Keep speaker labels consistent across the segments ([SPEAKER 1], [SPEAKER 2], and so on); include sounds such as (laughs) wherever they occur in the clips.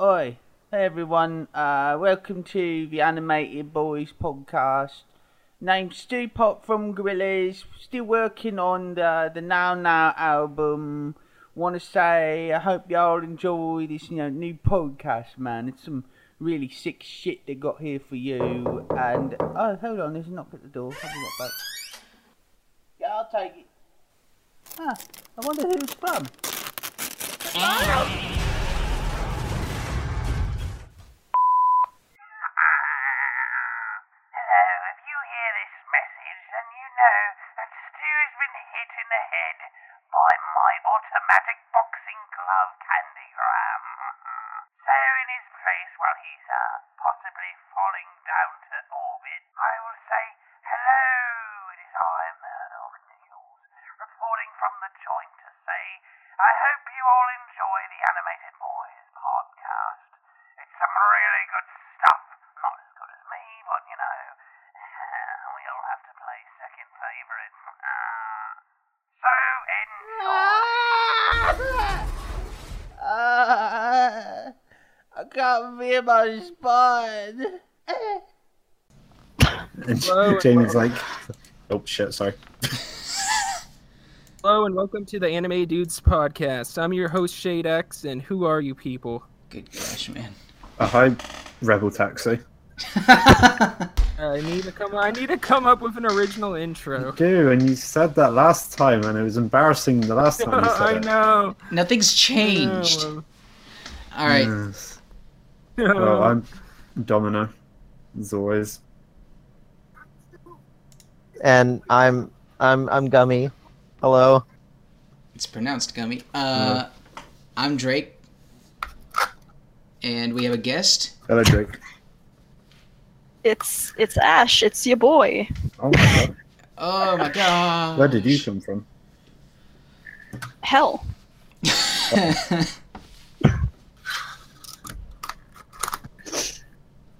[SPEAKER 1] Oi, hey everyone, uh, welcome to the Animated Boys podcast. Named Stu Pop from Gorillaz, still working on the, the Now Now album. Want to say, I hope y'all enjoy this you know new podcast, man. It's some really sick shit they got here for you. And oh, hold on, there's a knock at the door. I'll be right back. Yeah, I'll take it. Ah, I wonder who it's from.
[SPEAKER 2] Hello, if you hear this message, then you know that Stu has been hit in the head by my automatic boxing glove candygram. So, in his place, while he's uh, possibly falling down to orbit, I will say, Hello, it is I, Murdoch Nichols, reporting from the joint to say, I hope you all enjoy the Animated Boys podcast. It's some really good stuff. Not as good as me, but you know, (laughs) we all have to play second favourite. so enjoy.
[SPEAKER 1] Ah, I can't feel my spine.
[SPEAKER 3] And
[SPEAKER 4] Hello,
[SPEAKER 3] Jamie's like, oh shit, sorry.
[SPEAKER 4] Hello and welcome to the Anime Dudes podcast. I'm your host Shade X, and who are you people?
[SPEAKER 5] Good gosh, man.
[SPEAKER 3] Uh, hi, Rebel Taxi.
[SPEAKER 4] I need to come. I need to come up with an original (laughs) intro.
[SPEAKER 3] Do and you said that last time, and it was embarrassing the last time you said
[SPEAKER 4] (laughs) I
[SPEAKER 3] it.
[SPEAKER 4] know.
[SPEAKER 5] Nothing's changed.
[SPEAKER 4] No.
[SPEAKER 5] All right.
[SPEAKER 3] Yes.
[SPEAKER 4] No.
[SPEAKER 3] Well, Oh, I'm Domino, as always.
[SPEAKER 6] and I'm I'm I'm gummy. Hello.
[SPEAKER 5] It's pronounced gummy. Uh, I'm Drake, and we have a guest.
[SPEAKER 3] Hello, Drake.
[SPEAKER 7] It's it's Ash. It's your boy.
[SPEAKER 3] Oh my god,
[SPEAKER 5] Oh my god!
[SPEAKER 3] where
[SPEAKER 5] (laughs)
[SPEAKER 3] did you (laughs) come from?
[SPEAKER 7] Hell.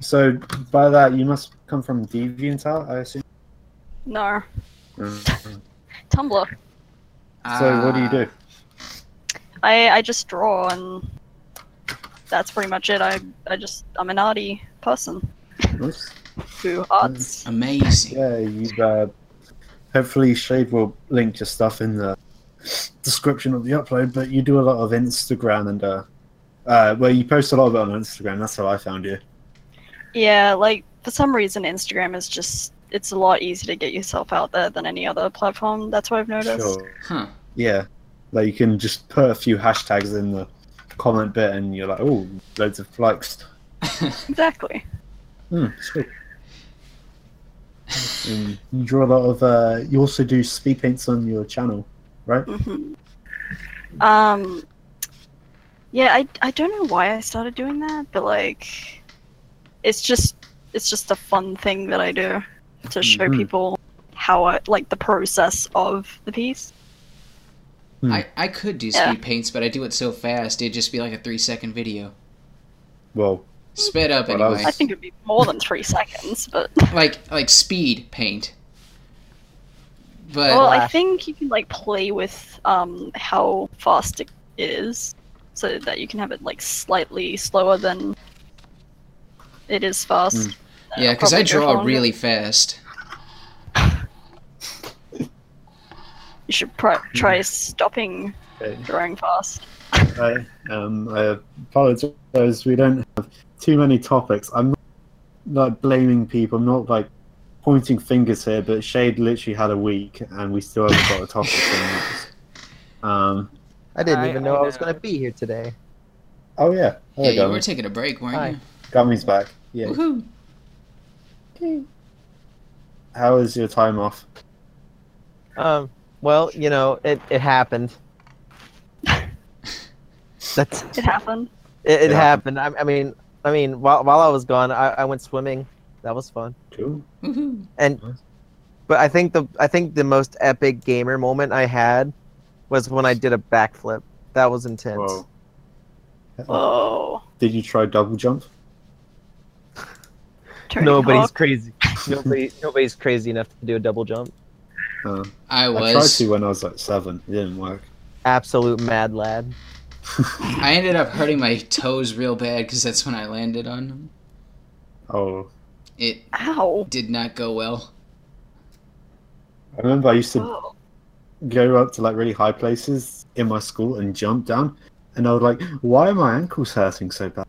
[SPEAKER 3] So, by that, you must come from DeviantArt, I assume.
[SPEAKER 7] No.
[SPEAKER 5] Uh,
[SPEAKER 3] Mm.
[SPEAKER 7] Tumblr.
[SPEAKER 3] So, what do you do?
[SPEAKER 7] I I just draw and that's pretty much it. I I just I'm an arty person
[SPEAKER 5] uh,
[SPEAKER 3] Nice.
[SPEAKER 7] who arts.
[SPEAKER 5] Amazing.
[SPEAKER 3] Yeah, you've uh, hopefully Shade will link your stuff in the description of the upload. But you do a lot of Instagram and uh, uh, well, you post a lot of it on Instagram. That's how I found you.
[SPEAKER 7] Yeah, like for some reason Instagram is just it's a lot easier to get yourself out there than any other platform. Oh, That's what I've noticed.
[SPEAKER 5] Huh?
[SPEAKER 3] Yeah, like you can just put a few hashtags in the comment bit, and you're like, oh, loads of likes.
[SPEAKER 7] Exactly.
[SPEAKER 3] Hmm, sweet. and you draw a lot of. Uh, you also do speed paints on your channel, right?
[SPEAKER 7] hmm Um. Yeah, I I don't know why I started doing that, but like, it's just it's just a fun thing that I do to show
[SPEAKER 3] Mhm.
[SPEAKER 7] people how I like the process of the piece.
[SPEAKER 3] Hmm.
[SPEAKER 5] I I could do
[SPEAKER 7] Yeah.
[SPEAKER 5] speed paints, but I do it so fast it'd just be like a three second video,
[SPEAKER 3] Well,
[SPEAKER 5] sped up
[SPEAKER 3] Well, that was-
[SPEAKER 5] anyway.
[SPEAKER 7] I think it'd be more than three seconds, but
[SPEAKER 5] Like like speed paint. But
[SPEAKER 7] well, I
[SPEAKER 6] Flash.
[SPEAKER 7] think you can like play with um how fast it is, so that you can have it like slightly slower than it is fast.
[SPEAKER 3] Mm.
[SPEAKER 5] yeah,
[SPEAKER 7] I'll
[SPEAKER 5] because I
[SPEAKER 7] probably go for
[SPEAKER 5] draw
[SPEAKER 7] longer.
[SPEAKER 5] really fast.
[SPEAKER 7] You should pr- try stopping
[SPEAKER 3] okay.
[SPEAKER 7] drawing fast.
[SPEAKER 3] Hi. Um, I apologize. We don't have too many topics. I'm not like blaming people. I'm not like pointing fingers here. But Shade literally had a week, and we still haven't got a topic. for him. um.
[SPEAKER 6] I didn't
[SPEAKER 4] I-
[SPEAKER 6] even know
[SPEAKER 4] I
[SPEAKER 6] I, was
[SPEAKER 4] know.
[SPEAKER 6] gonna be here today.
[SPEAKER 3] Oh yeah. There
[SPEAKER 5] Yeah,
[SPEAKER 3] yeah,
[SPEAKER 5] you were taking a break, weren't
[SPEAKER 6] Hi.
[SPEAKER 5] you?
[SPEAKER 3] Gummy's back. Yeah.
[SPEAKER 5] Woohoo!
[SPEAKER 3] How was your time off?
[SPEAKER 6] Um, well, you know, it, it happened. That's
[SPEAKER 7] It happened.
[SPEAKER 6] it, it
[SPEAKER 3] Yeah.
[SPEAKER 6] happened. I, I mean, I mean, while while I was gone, I, I went swimming. That was fun.
[SPEAKER 3] Cool.
[SPEAKER 5] Woohoo!
[SPEAKER 6] But I think the I think the most epic gamer moment I had was when I did a backflip. That was intense.
[SPEAKER 3] Whoa.
[SPEAKER 7] Whoa.
[SPEAKER 3] Did you try double jump?
[SPEAKER 7] Tony
[SPEAKER 6] Nobody's
[SPEAKER 7] Hawk.
[SPEAKER 6] crazy. Nobody nobody's crazy enough to do a double jump.
[SPEAKER 3] Uh,
[SPEAKER 5] I
[SPEAKER 3] I tried
[SPEAKER 5] was.
[SPEAKER 3] to when I was like seven. It didn't work.
[SPEAKER 6] Absolute mad lad.
[SPEAKER 5] I ended up hurting my toes real bad because that's when I landed on them.
[SPEAKER 3] Oh,
[SPEAKER 5] It
[SPEAKER 7] Ow.
[SPEAKER 5] did not go well.
[SPEAKER 3] I remember I used to
[SPEAKER 7] Oh.
[SPEAKER 3] go up to like really high places in my school and jump down, and I was like, "Why are my ankles hurting so
[SPEAKER 5] (laughs)
[SPEAKER 3] bad?"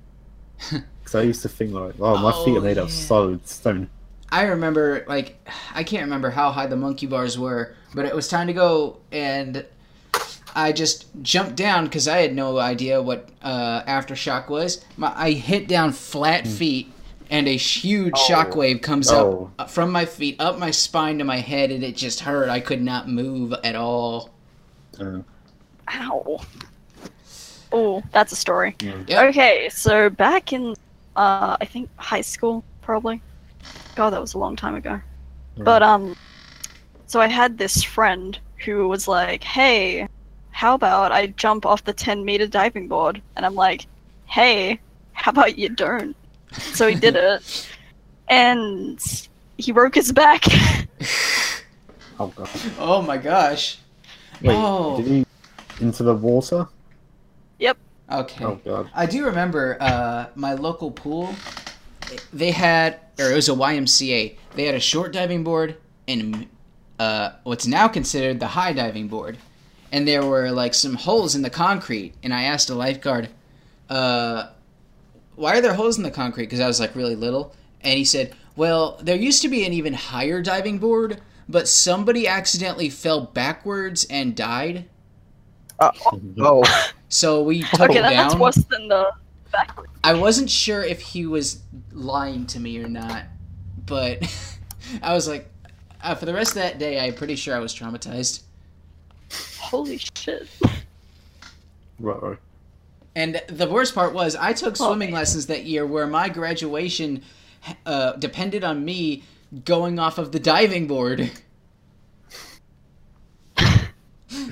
[SPEAKER 3] Because I used to think like, "Oh, my feet
[SPEAKER 5] Oh,
[SPEAKER 3] are made of
[SPEAKER 5] yeah.
[SPEAKER 3] solid stone."
[SPEAKER 5] I remember, like, I can't remember how high the monkey bars were, but it was time to go, and I just jumped down because I had no idea what uh, aftershock was. My, I hit down flat feet, and a huge shockwave comes
[SPEAKER 3] Hmm. Oh.
[SPEAKER 5] up from my feet, up my spine to my head, and it just hurt. I could not move at all.
[SPEAKER 3] Um,
[SPEAKER 7] Ow. Oh, that's a story.
[SPEAKER 5] Yep.
[SPEAKER 7] Okay, so back in, uh, I think high school, probably. God, that was a long time ago. But, um, so I had this friend who was like, hey, how about I jump off the 10 meter diving board? And I'm like, hey, how about you don't? So he did it. And he broke his back. (laughs)
[SPEAKER 3] oh god!
[SPEAKER 5] Oh my gosh.
[SPEAKER 3] Wait,
[SPEAKER 5] Oh.
[SPEAKER 3] did he into the water?
[SPEAKER 5] Okay.
[SPEAKER 3] Oh god!
[SPEAKER 5] I do remember uh, my local pool. They had, or it was a YMCA. They had a short diving board and uh, what's now considered the high diving board. And there were like some holes in the concrete. And I asked a lifeguard, uh, "Why are there holes in the concrete?" Because I was like really little. And he said, "Well, there used to be an even higher diving board, but somebody accidentally fell backwards and died.
[SPEAKER 6] Oh,
[SPEAKER 5] So we took
[SPEAKER 7] (laughs) okay,
[SPEAKER 5] it down."
[SPEAKER 7] that's worse than the back.
[SPEAKER 5] I wasn't sure if he was lying to me or not, but (laughs) I was like, uh, for the rest of that day, I'm pretty sure I was traumatized.
[SPEAKER 7] Holy shit.
[SPEAKER 3] (laughs) Right, right.
[SPEAKER 5] And the worst part was, I took
[SPEAKER 7] Oh,
[SPEAKER 5] swimming lessons that year where my graduation uh, depended on me going off of the diving board. (laughs)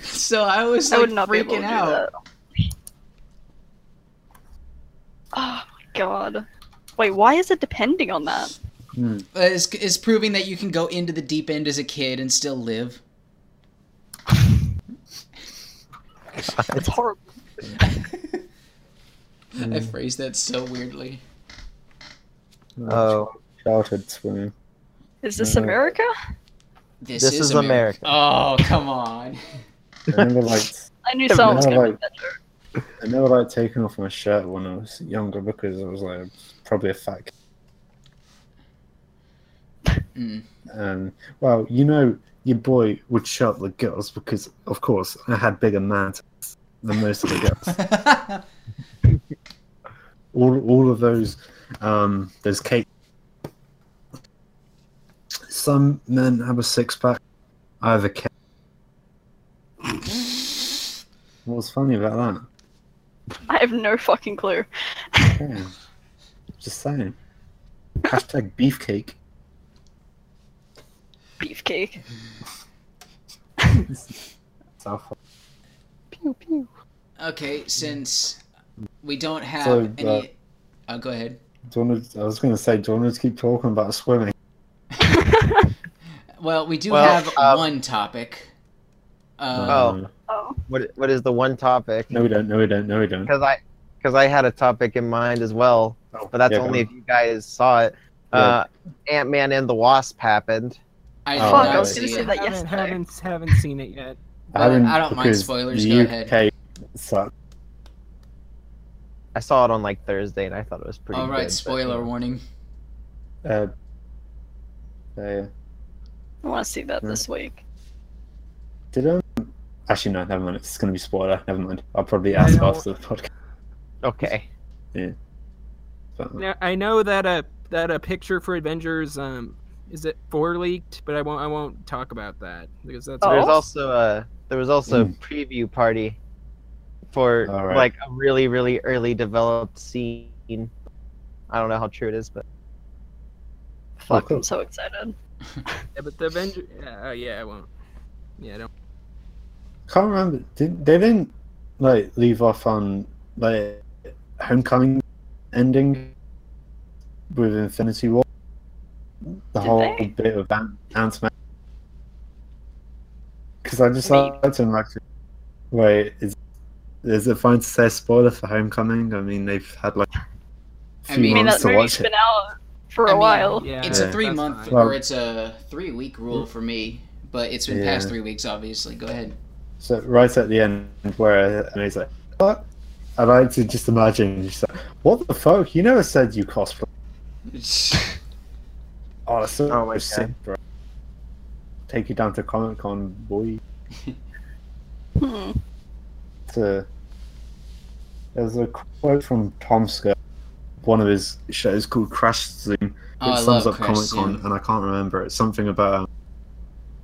[SPEAKER 5] so I was
[SPEAKER 7] I
[SPEAKER 5] like,
[SPEAKER 7] would not be
[SPEAKER 5] freaking
[SPEAKER 7] able to do
[SPEAKER 5] out.
[SPEAKER 7] that. Oh my god. Wait, why is it depending on that?
[SPEAKER 5] Uh, It's, it's proving that you can go into the deep end as a kid and still live.
[SPEAKER 7] It's horrible.
[SPEAKER 5] I phrased that so weirdly.
[SPEAKER 6] oh.
[SPEAKER 3] Childhood swimming.
[SPEAKER 7] Is this America?
[SPEAKER 5] This,
[SPEAKER 6] This
[SPEAKER 5] is,
[SPEAKER 6] is
[SPEAKER 5] America. Oh, come on.
[SPEAKER 3] I remember like
[SPEAKER 7] I knew someone was
[SPEAKER 3] No,
[SPEAKER 7] gonna
[SPEAKER 3] like-
[SPEAKER 7] make that joke.
[SPEAKER 3] I never like taking off my shirt when I was younger because I was like probably a fat kid.
[SPEAKER 5] Mm.
[SPEAKER 3] Um, well, you know, your boy would shut up the girls because, of course, I had bigger man tits than most of the girls. all, all of those, um, those cake. Some men have a six pack. I have a cake. What's funny about
[SPEAKER 7] I have no fucking clue.
[SPEAKER 3] that? Yeah. Just saying. Hashtag beefcake.
[SPEAKER 7] Beefcake.
[SPEAKER 3] South
[SPEAKER 7] Pew pew.
[SPEAKER 5] (laughs) okay, since we don't have
[SPEAKER 3] So, uh,
[SPEAKER 5] any. oh, go ahead.
[SPEAKER 3] Do you want to, I was going to say, do you want to keep talking about swimming?
[SPEAKER 5] Well, we do
[SPEAKER 6] Well,
[SPEAKER 5] have
[SPEAKER 6] uh,
[SPEAKER 5] one topic. Uh,
[SPEAKER 6] Oh.
[SPEAKER 3] No,
[SPEAKER 7] Oh.
[SPEAKER 6] What what is the one topic?
[SPEAKER 3] no, we don't. No, we don't. No, we don't.
[SPEAKER 6] Because I because I had a topic in mind as well,
[SPEAKER 3] Oh,
[SPEAKER 6] but that's
[SPEAKER 3] yeah,
[SPEAKER 6] only
[SPEAKER 3] go
[SPEAKER 6] if you guys saw it. Uh, Ant Man and the Wasp happened.
[SPEAKER 5] I did
[SPEAKER 3] Oh,
[SPEAKER 7] Fuck,
[SPEAKER 5] not
[SPEAKER 7] I was
[SPEAKER 5] see
[SPEAKER 7] gonna say
[SPEAKER 5] it,
[SPEAKER 7] that
[SPEAKER 4] haven't,
[SPEAKER 7] yesterday.
[SPEAKER 4] haven't haven't seen it yet.
[SPEAKER 3] on.
[SPEAKER 5] but
[SPEAKER 3] haven't
[SPEAKER 5] I don't mind
[SPEAKER 3] because
[SPEAKER 5] spoilers,
[SPEAKER 3] the
[SPEAKER 5] go ahead.
[SPEAKER 3] UK sucked.
[SPEAKER 6] I saw it on like Thursday, and I thought it was pretty.
[SPEAKER 5] All
[SPEAKER 6] good,
[SPEAKER 5] right,
[SPEAKER 6] but-
[SPEAKER 5] spoiler warning.
[SPEAKER 3] Uh, they
[SPEAKER 7] I wanna see that this week.
[SPEAKER 3] did um, actually no, never mind. It's going to be spoiler. Never mind. I'll probably
[SPEAKER 4] Yeah, I
[SPEAKER 3] ask
[SPEAKER 4] know.
[SPEAKER 3] after the podcast.
[SPEAKER 6] Okay.
[SPEAKER 3] But,
[SPEAKER 4] Now, I know that a that a picture for Avengers um is it four leaked, but I won't I won't talk about that because that's
[SPEAKER 7] Oh.
[SPEAKER 6] There's also a there was also a preview party for
[SPEAKER 3] Hmm. All right.
[SPEAKER 6] like a really really early developed scene. I don't know how true it is, but
[SPEAKER 5] Oh,
[SPEAKER 7] Fuck,
[SPEAKER 3] oh, cool.
[SPEAKER 7] I'm so excited.
[SPEAKER 4] yeah, but the Avenger uh, yeah I won't yeah I don't
[SPEAKER 3] can't remember. Did they didn't like leave off on like homecoming ending with Infinity War? The
[SPEAKER 7] Did
[SPEAKER 3] whole
[SPEAKER 7] they?
[SPEAKER 3] bit of Ant Man. Because I just
[SPEAKER 7] Maybe.
[SPEAKER 3] like to imagine. Wait, is Is it fine to say spoiler for Homecoming? I mean, they've had like
[SPEAKER 5] I
[SPEAKER 3] few
[SPEAKER 5] mean-
[SPEAKER 7] I mean,
[SPEAKER 3] months
[SPEAKER 7] that
[SPEAKER 3] to
[SPEAKER 7] movie's
[SPEAKER 3] watch it.
[SPEAKER 7] been out for
[SPEAKER 5] I
[SPEAKER 7] a
[SPEAKER 5] mean,
[SPEAKER 7] while.
[SPEAKER 4] Yeah,
[SPEAKER 5] it's a
[SPEAKER 4] that's
[SPEAKER 5] three month
[SPEAKER 4] fine.
[SPEAKER 5] or it's a three week rule for me, but it's been past
[SPEAKER 3] Yeah.
[SPEAKER 5] three weeks, obviously. Go ahead.
[SPEAKER 3] So right at the end, where and he's like, "What?" I like to just imagine. He's like, "What the fuck? You never said you cosplay." Oh, that's so
[SPEAKER 6] Oh my
[SPEAKER 3] sick, bro. Take you down to Comic Con, boy.
[SPEAKER 7] Hmm.
[SPEAKER 3] to there's a quote from Tom Scott, one of his shows called Crash Zoom.
[SPEAKER 5] Oh, I
[SPEAKER 3] it sums
[SPEAKER 5] love
[SPEAKER 3] up
[SPEAKER 5] Crash
[SPEAKER 3] Comic Con,
[SPEAKER 5] Zoom.
[SPEAKER 3] and I can't remember. It's something about um,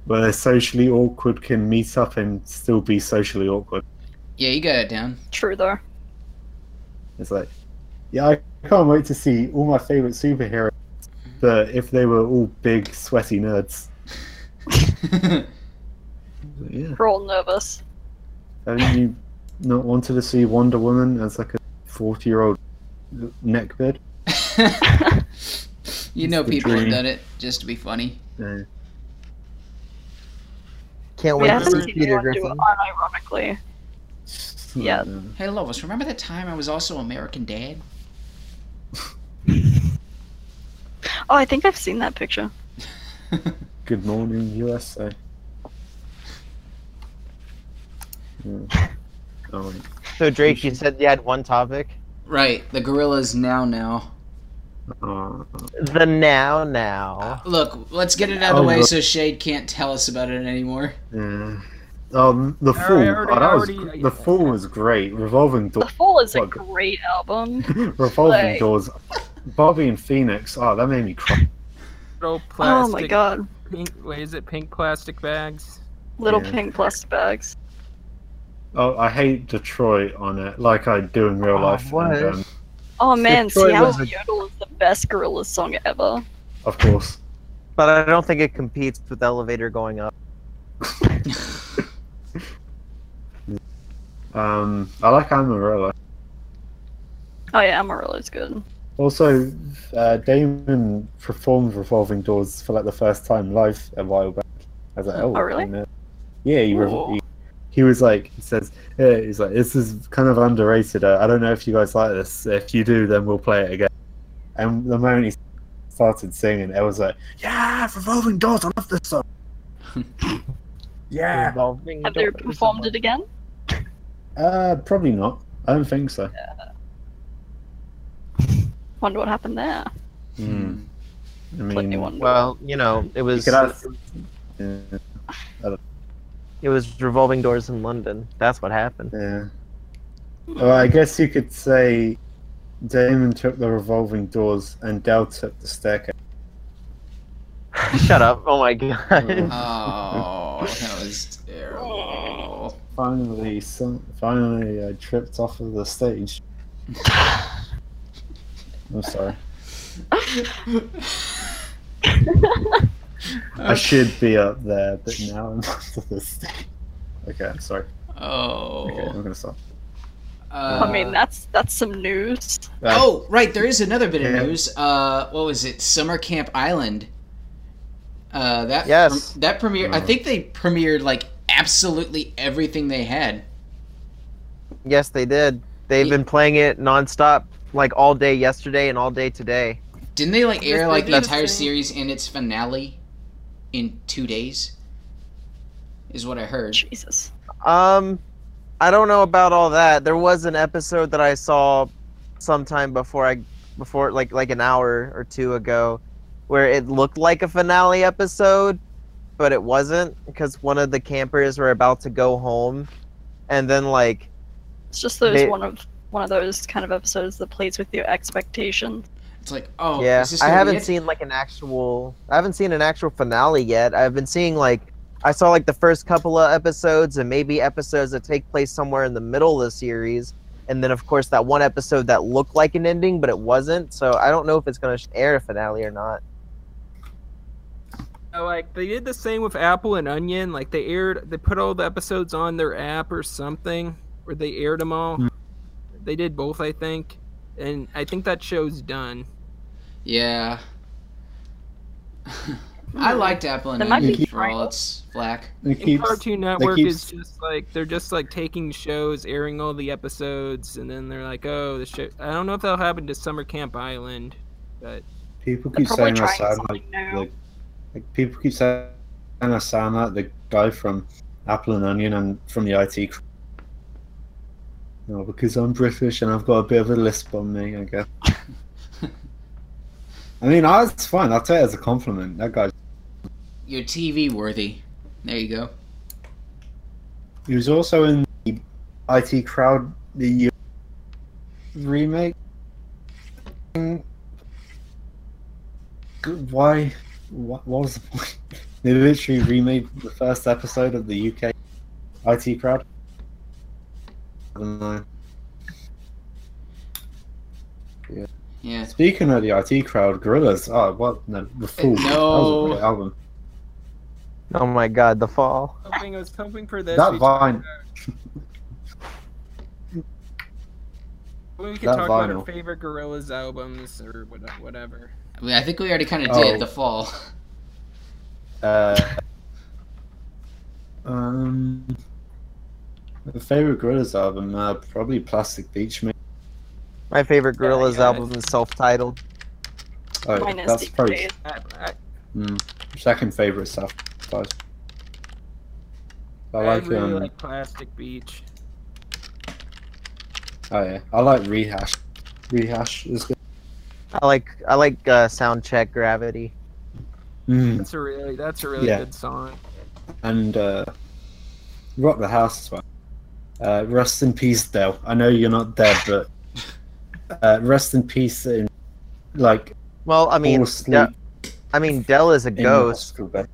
[SPEAKER 3] where the socially awkward can meet up and still be socially awkward.
[SPEAKER 5] yeah, you got it down.
[SPEAKER 7] True though.
[SPEAKER 3] It's like, yeah, I can't wait to see all my favorite superheroes, but if they were all big sweaty nerds, yeah.
[SPEAKER 7] We're all nervous.
[SPEAKER 3] Haven't you not wanted to see Wonder Woman as like a forty-year-old neckbeard?
[SPEAKER 5] you know,
[SPEAKER 3] the
[SPEAKER 5] people have
[SPEAKER 3] dream.
[SPEAKER 5] done it just to be funny.
[SPEAKER 3] Uh,
[SPEAKER 6] Can't
[SPEAKER 7] We
[SPEAKER 6] wait to
[SPEAKER 7] haven't
[SPEAKER 6] see
[SPEAKER 7] seen
[SPEAKER 6] Peter
[SPEAKER 7] anyone do it
[SPEAKER 6] Griffin.
[SPEAKER 7] unironically. Yeah.
[SPEAKER 5] Hey, Lois, remember that time I was also American Dad?
[SPEAKER 7] Oh, I think I've seen that picture.
[SPEAKER 3] Good morning, USA. Hmm. Oh, wait.
[SPEAKER 6] So Drake, you said you had one topic.
[SPEAKER 5] right, the gorilla's now now.
[SPEAKER 3] Oh,
[SPEAKER 6] The now now.
[SPEAKER 5] Look, let's get it out of the
[SPEAKER 3] Oh,
[SPEAKER 5] way
[SPEAKER 3] no.
[SPEAKER 5] so Shade can't tell us about it anymore.
[SPEAKER 3] yeah. Um, the
[SPEAKER 4] I
[SPEAKER 3] fool.
[SPEAKER 4] already-
[SPEAKER 3] oh, that
[SPEAKER 4] I
[SPEAKER 3] was
[SPEAKER 4] already-
[SPEAKER 3] gr- the fool was great. Revolving
[SPEAKER 7] The
[SPEAKER 3] door.
[SPEAKER 7] Fall is a
[SPEAKER 3] What?
[SPEAKER 7] great album.
[SPEAKER 3] (coughs) Revolving
[SPEAKER 7] Like-
[SPEAKER 3] doors. Bobby and Phoenix. Oh, that made me cry.
[SPEAKER 4] Little
[SPEAKER 7] Oh
[SPEAKER 4] plastic,
[SPEAKER 7] my god.
[SPEAKER 4] Pink, wait, is it pink plastic bags?
[SPEAKER 7] Little
[SPEAKER 3] Yeah.
[SPEAKER 7] pink plastic bags.
[SPEAKER 3] Oh, I hate Detroit on it, like I do in real
[SPEAKER 6] Oh,
[SPEAKER 3] life.
[SPEAKER 6] what?
[SPEAKER 3] And, um,
[SPEAKER 7] Oh man,
[SPEAKER 6] Troy
[SPEAKER 7] Seattle
[SPEAKER 6] was a-
[SPEAKER 7] Yodel is the best gorilla song ever.
[SPEAKER 3] of course.
[SPEAKER 6] But I don't think it competes with elevator going up.
[SPEAKER 3] Um, I like Amarillo.
[SPEAKER 7] Oh yeah, Amarillo's good.
[SPEAKER 3] Also, uh, Damon performed Revolving Doors for like the first time live a while back. I was like, oh,
[SPEAKER 7] Oh, really?
[SPEAKER 3] you know. Yeah, he, re-
[SPEAKER 7] Cool.
[SPEAKER 3] he he was like, he says, yeah, he's like, this is kind of underrated. Uh, I don't know if you guys like this. If you do, then we'll play it again. And the moment he started singing, I was like, yeah, Revolving Doors, I love this song. yeah.
[SPEAKER 6] Revolving
[SPEAKER 7] Have they
[SPEAKER 6] doors.
[SPEAKER 7] performed it again?
[SPEAKER 3] Uh, probably not. I don't think so.
[SPEAKER 7] Wonder what happened there.
[SPEAKER 3] Hmm. I
[SPEAKER 7] Like, I
[SPEAKER 3] mean,
[SPEAKER 7] wonder.
[SPEAKER 6] Well, you know, it
[SPEAKER 3] you
[SPEAKER 6] was
[SPEAKER 3] could ask. Yeah,
[SPEAKER 6] it was revolving doors in London. That's what happened. (laughs)
[SPEAKER 3] yeah. Well, I guess you could say Damon took the revolving doors and Dell took the staircase.
[SPEAKER 6] Shut up! Oh my (laughs) god.
[SPEAKER 5] Uh-huh. Oh, that was terrible.
[SPEAKER 3] Finally, some, finally, I tripped off of the (laughs) stage. I'm (laughs) sorry. I should be up there, but now I'm (laughs) off of the stage. Okay, I'm sorry.
[SPEAKER 5] Oh.
[SPEAKER 3] Okay, I'm gonna stop.
[SPEAKER 5] Uh,
[SPEAKER 7] I mean, that's that's some news.
[SPEAKER 3] Uh,
[SPEAKER 5] oh, right. There is another bit of
[SPEAKER 3] Yeah.
[SPEAKER 5] news. Uh, what was it? Summer Camp Island. Uh, that
[SPEAKER 6] Yes.
[SPEAKER 5] prem- that premiere. I
[SPEAKER 3] Mhm.
[SPEAKER 5] think they premiered like absolutely everything they had.
[SPEAKER 6] yes, they did. They've been playing it nonstop, like all day yesterday and all day today.
[SPEAKER 5] Didn't they like
[SPEAKER 4] Yes,
[SPEAKER 5] air
[SPEAKER 4] they
[SPEAKER 5] like the
[SPEAKER 4] did.
[SPEAKER 5] entire series and its finale in two days? Is what I heard.
[SPEAKER 7] Jesus.
[SPEAKER 6] Um, I don't know about all that. There was an episode that I saw sometime before I, before like like an hour or two ago, where it looked like a finale episode, but it wasn't because one of the campers were about to go home, and then like
[SPEAKER 7] It's just those
[SPEAKER 6] They-
[SPEAKER 7] one of one of those kind of episodes that plays with your expectations.
[SPEAKER 5] It's like, oh,
[SPEAKER 6] yeah,
[SPEAKER 5] is this
[SPEAKER 6] I
[SPEAKER 5] gonna be
[SPEAKER 6] haven't
[SPEAKER 5] it?
[SPEAKER 6] seen like an actual. I haven't seen an actual finale yet. I've been seeing like I saw like the first couple of episodes and maybe episodes that take place somewhere in the middle of the series, and then of course that one episode that looked like an ending but it wasn't. So I don't know if it's going to air a finale or not.
[SPEAKER 4] Uh, Like they did the same with Apple and Onion. Like they aired, they put all the episodes on their app or something, or they aired them all.
[SPEAKER 3] Hmm.
[SPEAKER 4] They did both, I think, and I think that show's done.
[SPEAKER 5] Yeah. (laughs) I liked Apple and
[SPEAKER 7] There might
[SPEAKER 5] Onion
[SPEAKER 3] be-
[SPEAKER 5] for all its flack.
[SPEAKER 3] It
[SPEAKER 4] And
[SPEAKER 3] keeps
[SPEAKER 4] Cartoon Network
[SPEAKER 3] keeps-
[SPEAKER 4] is just like they're just like taking shows, airing all the episodes, and then they're like, "Oh, the show." I don't know if that'll happen to Summer Camp Island, but
[SPEAKER 3] people
[SPEAKER 7] They're
[SPEAKER 3] keep
[SPEAKER 7] probably
[SPEAKER 3] saying I
[SPEAKER 7] trying
[SPEAKER 3] sound
[SPEAKER 7] something
[SPEAKER 3] like,
[SPEAKER 7] new.
[SPEAKER 3] like like people keep saying I sound like the guy from Apple and Onion and from the IT. crew. No, because I'm British and I've got a bit of a lisp on me, I guess. I mean, I was fine. I'll take it as a compliment. That guy,
[SPEAKER 5] You're TV worthy. There you go.
[SPEAKER 3] he was also in the IT crowd, the remake. Good- Why? What, what was the point? (laughs) They literally remade the first episode of the UK IT crowd. I don't know.
[SPEAKER 5] Yeah.
[SPEAKER 3] Speaking of the IT crowd, Gorillas. Oh, what? No, the Fool. That was a
[SPEAKER 5] No.
[SPEAKER 3] great album.
[SPEAKER 6] Oh my god, the fall.
[SPEAKER 4] hoping, I was hoping for this.
[SPEAKER 3] That
[SPEAKER 4] we-
[SPEAKER 3] Vine. (laughs)
[SPEAKER 4] we could
[SPEAKER 3] that
[SPEAKER 4] talk about our
[SPEAKER 3] vinyl.
[SPEAKER 4] favorite Gorillaz albums or what- whatever.
[SPEAKER 5] I mean, I think we already kind of
[SPEAKER 3] Oh.
[SPEAKER 5] did the
[SPEAKER 6] (laughs)
[SPEAKER 5] fall.
[SPEAKER 3] Uh, um, my favorite Gorillaz album, uh, probably Plastic Beach. Maybe.
[SPEAKER 6] My favorite
[SPEAKER 5] Yeah,
[SPEAKER 6] Gorillaz
[SPEAKER 5] yeah.
[SPEAKER 6] album is self-titled.
[SPEAKER 3] Oh,
[SPEAKER 7] Mine is
[SPEAKER 3] that's
[SPEAKER 7] Deep
[SPEAKER 3] probably
[SPEAKER 7] Space.
[SPEAKER 4] I, I,
[SPEAKER 3] mm, second favorite stuff. guys. I
[SPEAKER 4] I
[SPEAKER 3] like
[SPEAKER 4] really
[SPEAKER 3] um,
[SPEAKER 4] like Plastic Beach.
[SPEAKER 3] oh yeah, I like Rehash. Rehash is good.
[SPEAKER 6] I like I like uh, soundcheck gravity.
[SPEAKER 3] Mm,
[SPEAKER 4] That's a really that's a really
[SPEAKER 3] Yeah.
[SPEAKER 4] good song.
[SPEAKER 3] and uh, Rock the House as well. Uh, rest in peace, Dell. I know you're not dead, but uh, rest in peace. In like
[SPEAKER 6] Well, I mean,
[SPEAKER 3] fall
[SPEAKER 6] De-
[SPEAKER 3] asleep.
[SPEAKER 6] I mean, Dell is a
[SPEAKER 3] in the
[SPEAKER 6] ghost.
[SPEAKER 3] hospital bed.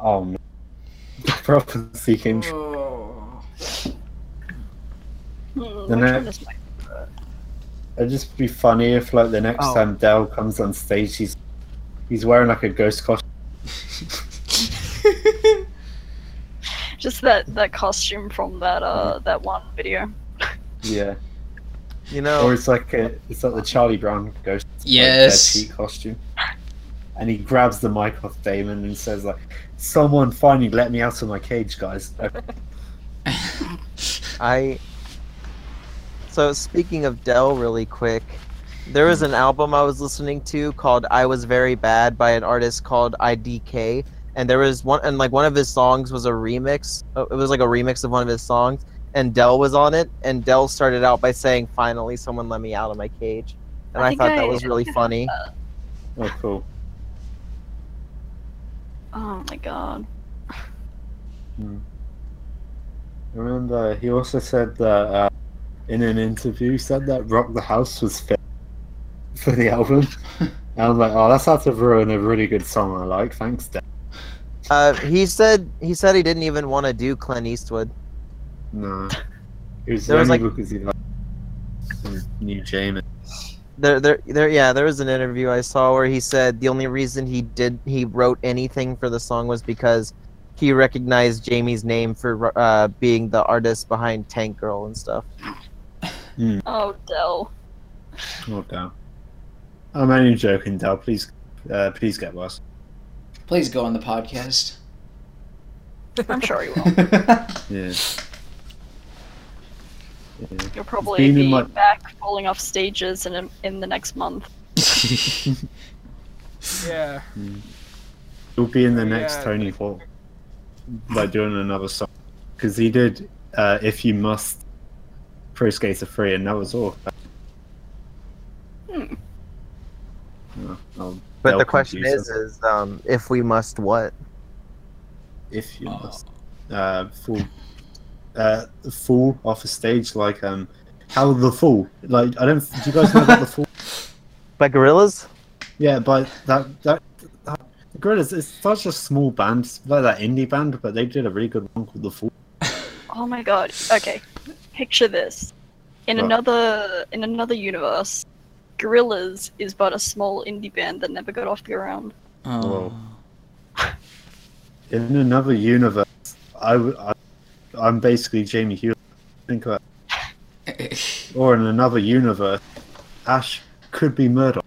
[SPEAKER 3] Oh no. (laughs) The prophecy came true.
[SPEAKER 5] Oh.
[SPEAKER 7] Mm,
[SPEAKER 3] The
[SPEAKER 7] which
[SPEAKER 3] next-
[SPEAKER 7] one is mine?
[SPEAKER 3] It'd just be funny if like the next
[SPEAKER 6] Oh.
[SPEAKER 3] time Dell comes on stage he's he's wearing like a ghost costume.
[SPEAKER 7] Just that that costume from that uh that one video.
[SPEAKER 3] Yeah.
[SPEAKER 6] You
[SPEAKER 3] Or
[SPEAKER 6] know,
[SPEAKER 3] it's like a, it's like the Charlie Brown ghost like,
[SPEAKER 5] yes.
[SPEAKER 3] dead sheet costume. And he grabs the mic off Damon and says like someone finally let me out of my cage, guys. (laughs)
[SPEAKER 6] I. So speaking of Dell, really quick, there was
[SPEAKER 7] Mm-hmm.
[SPEAKER 6] an album I was listening to called "I Was Very Bad" by an artist called IDK, and there was one and like one of his songs was a remix. uh, It was like a remix of one of his songs, and Dell was on it. And Dell started out by saying, "Finally, someone let me out of my cage," and
[SPEAKER 7] I
[SPEAKER 6] I,
[SPEAKER 7] think
[SPEAKER 6] thought that
[SPEAKER 7] I-
[SPEAKER 6] was
[SPEAKER 7] (laughs)
[SPEAKER 6] really funny.
[SPEAKER 3] oh cool.
[SPEAKER 7] Oh my god.
[SPEAKER 3] Remember he also said that uh, in an interview he said that Rock the House was fit for the
[SPEAKER 6] (laughs)
[SPEAKER 3] album. And I was like, oh, that's how to ruin a really good song I like. Thanks, Dad.
[SPEAKER 6] Uh, he said he said he didn't even want to do Clint Eastwood.
[SPEAKER 3] No.
[SPEAKER 6] (laughs)
[SPEAKER 3] It was
[SPEAKER 6] There was,
[SPEAKER 3] only
[SPEAKER 6] like-
[SPEAKER 3] because he liked the new Jamin.
[SPEAKER 6] There, there, there. Yeah, there was an interview I saw where he said the only reason he did he wrote anything for the song was because he recognized Jamie's name for uh, being the artist behind Tank Girl and stuff.
[SPEAKER 7] Oh Dell.
[SPEAKER 3] Oh, Dal. I'm only joking, Dal. Please, uh, please get worse.
[SPEAKER 5] Please go on the
[SPEAKER 6] (laughs)
[SPEAKER 5] podcast.
[SPEAKER 7] I'm sure you will.
[SPEAKER 3] Yeah. yeah. (laughs)
[SPEAKER 7] You'll probably
[SPEAKER 3] been in
[SPEAKER 7] be
[SPEAKER 3] my-
[SPEAKER 7] back falling off stages in in the next month.
[SPEAKER 4] Yeah.
[SPEAKER 3] He'll be in the
[SPEAKER 4] Oh,
[SPEAKER 3] next
[SPEAKER 4] yeah.
[SPEAKER 3] Tony Hawk by doing another song. Because he did uh, If You Must Pro Skater 3, and that was all.
[SPEAKER 7] Hmm.
[SPEAKER 3] Yeah, I'll-
[SPEAKER 6] But
[SPEAKER 3] Dal
[SPEAKER 6] the question
[SPEAKER 3] confused
[SPEAKER 6] is, is um, if we must what?
[SPEAKER 3] if you
[SPEAKER 5] Oh.
[SPEAKER 3] must uh fall uh fall off a stage like um how the fool like i don't do you guys know about the fool
[SPEAKER 6] By gorillas?
[SPEAKER 3] yeah but that that, that the Gorillaz is such a small band it's like that indie band but they did a really good one called the fool
[SPEAKER 7] Oh my god. Okay. Picture this. In
[SPEAKER 3] What?
[SPEAKER 7] another in another universe, Gorillas is but a small indie band that never got off the ground.
[SPEAKER 5] Oh.
[SPEAKER 3] in another universe i would I, i'm basically jamie hughes think about or in another universe ash could be murdoch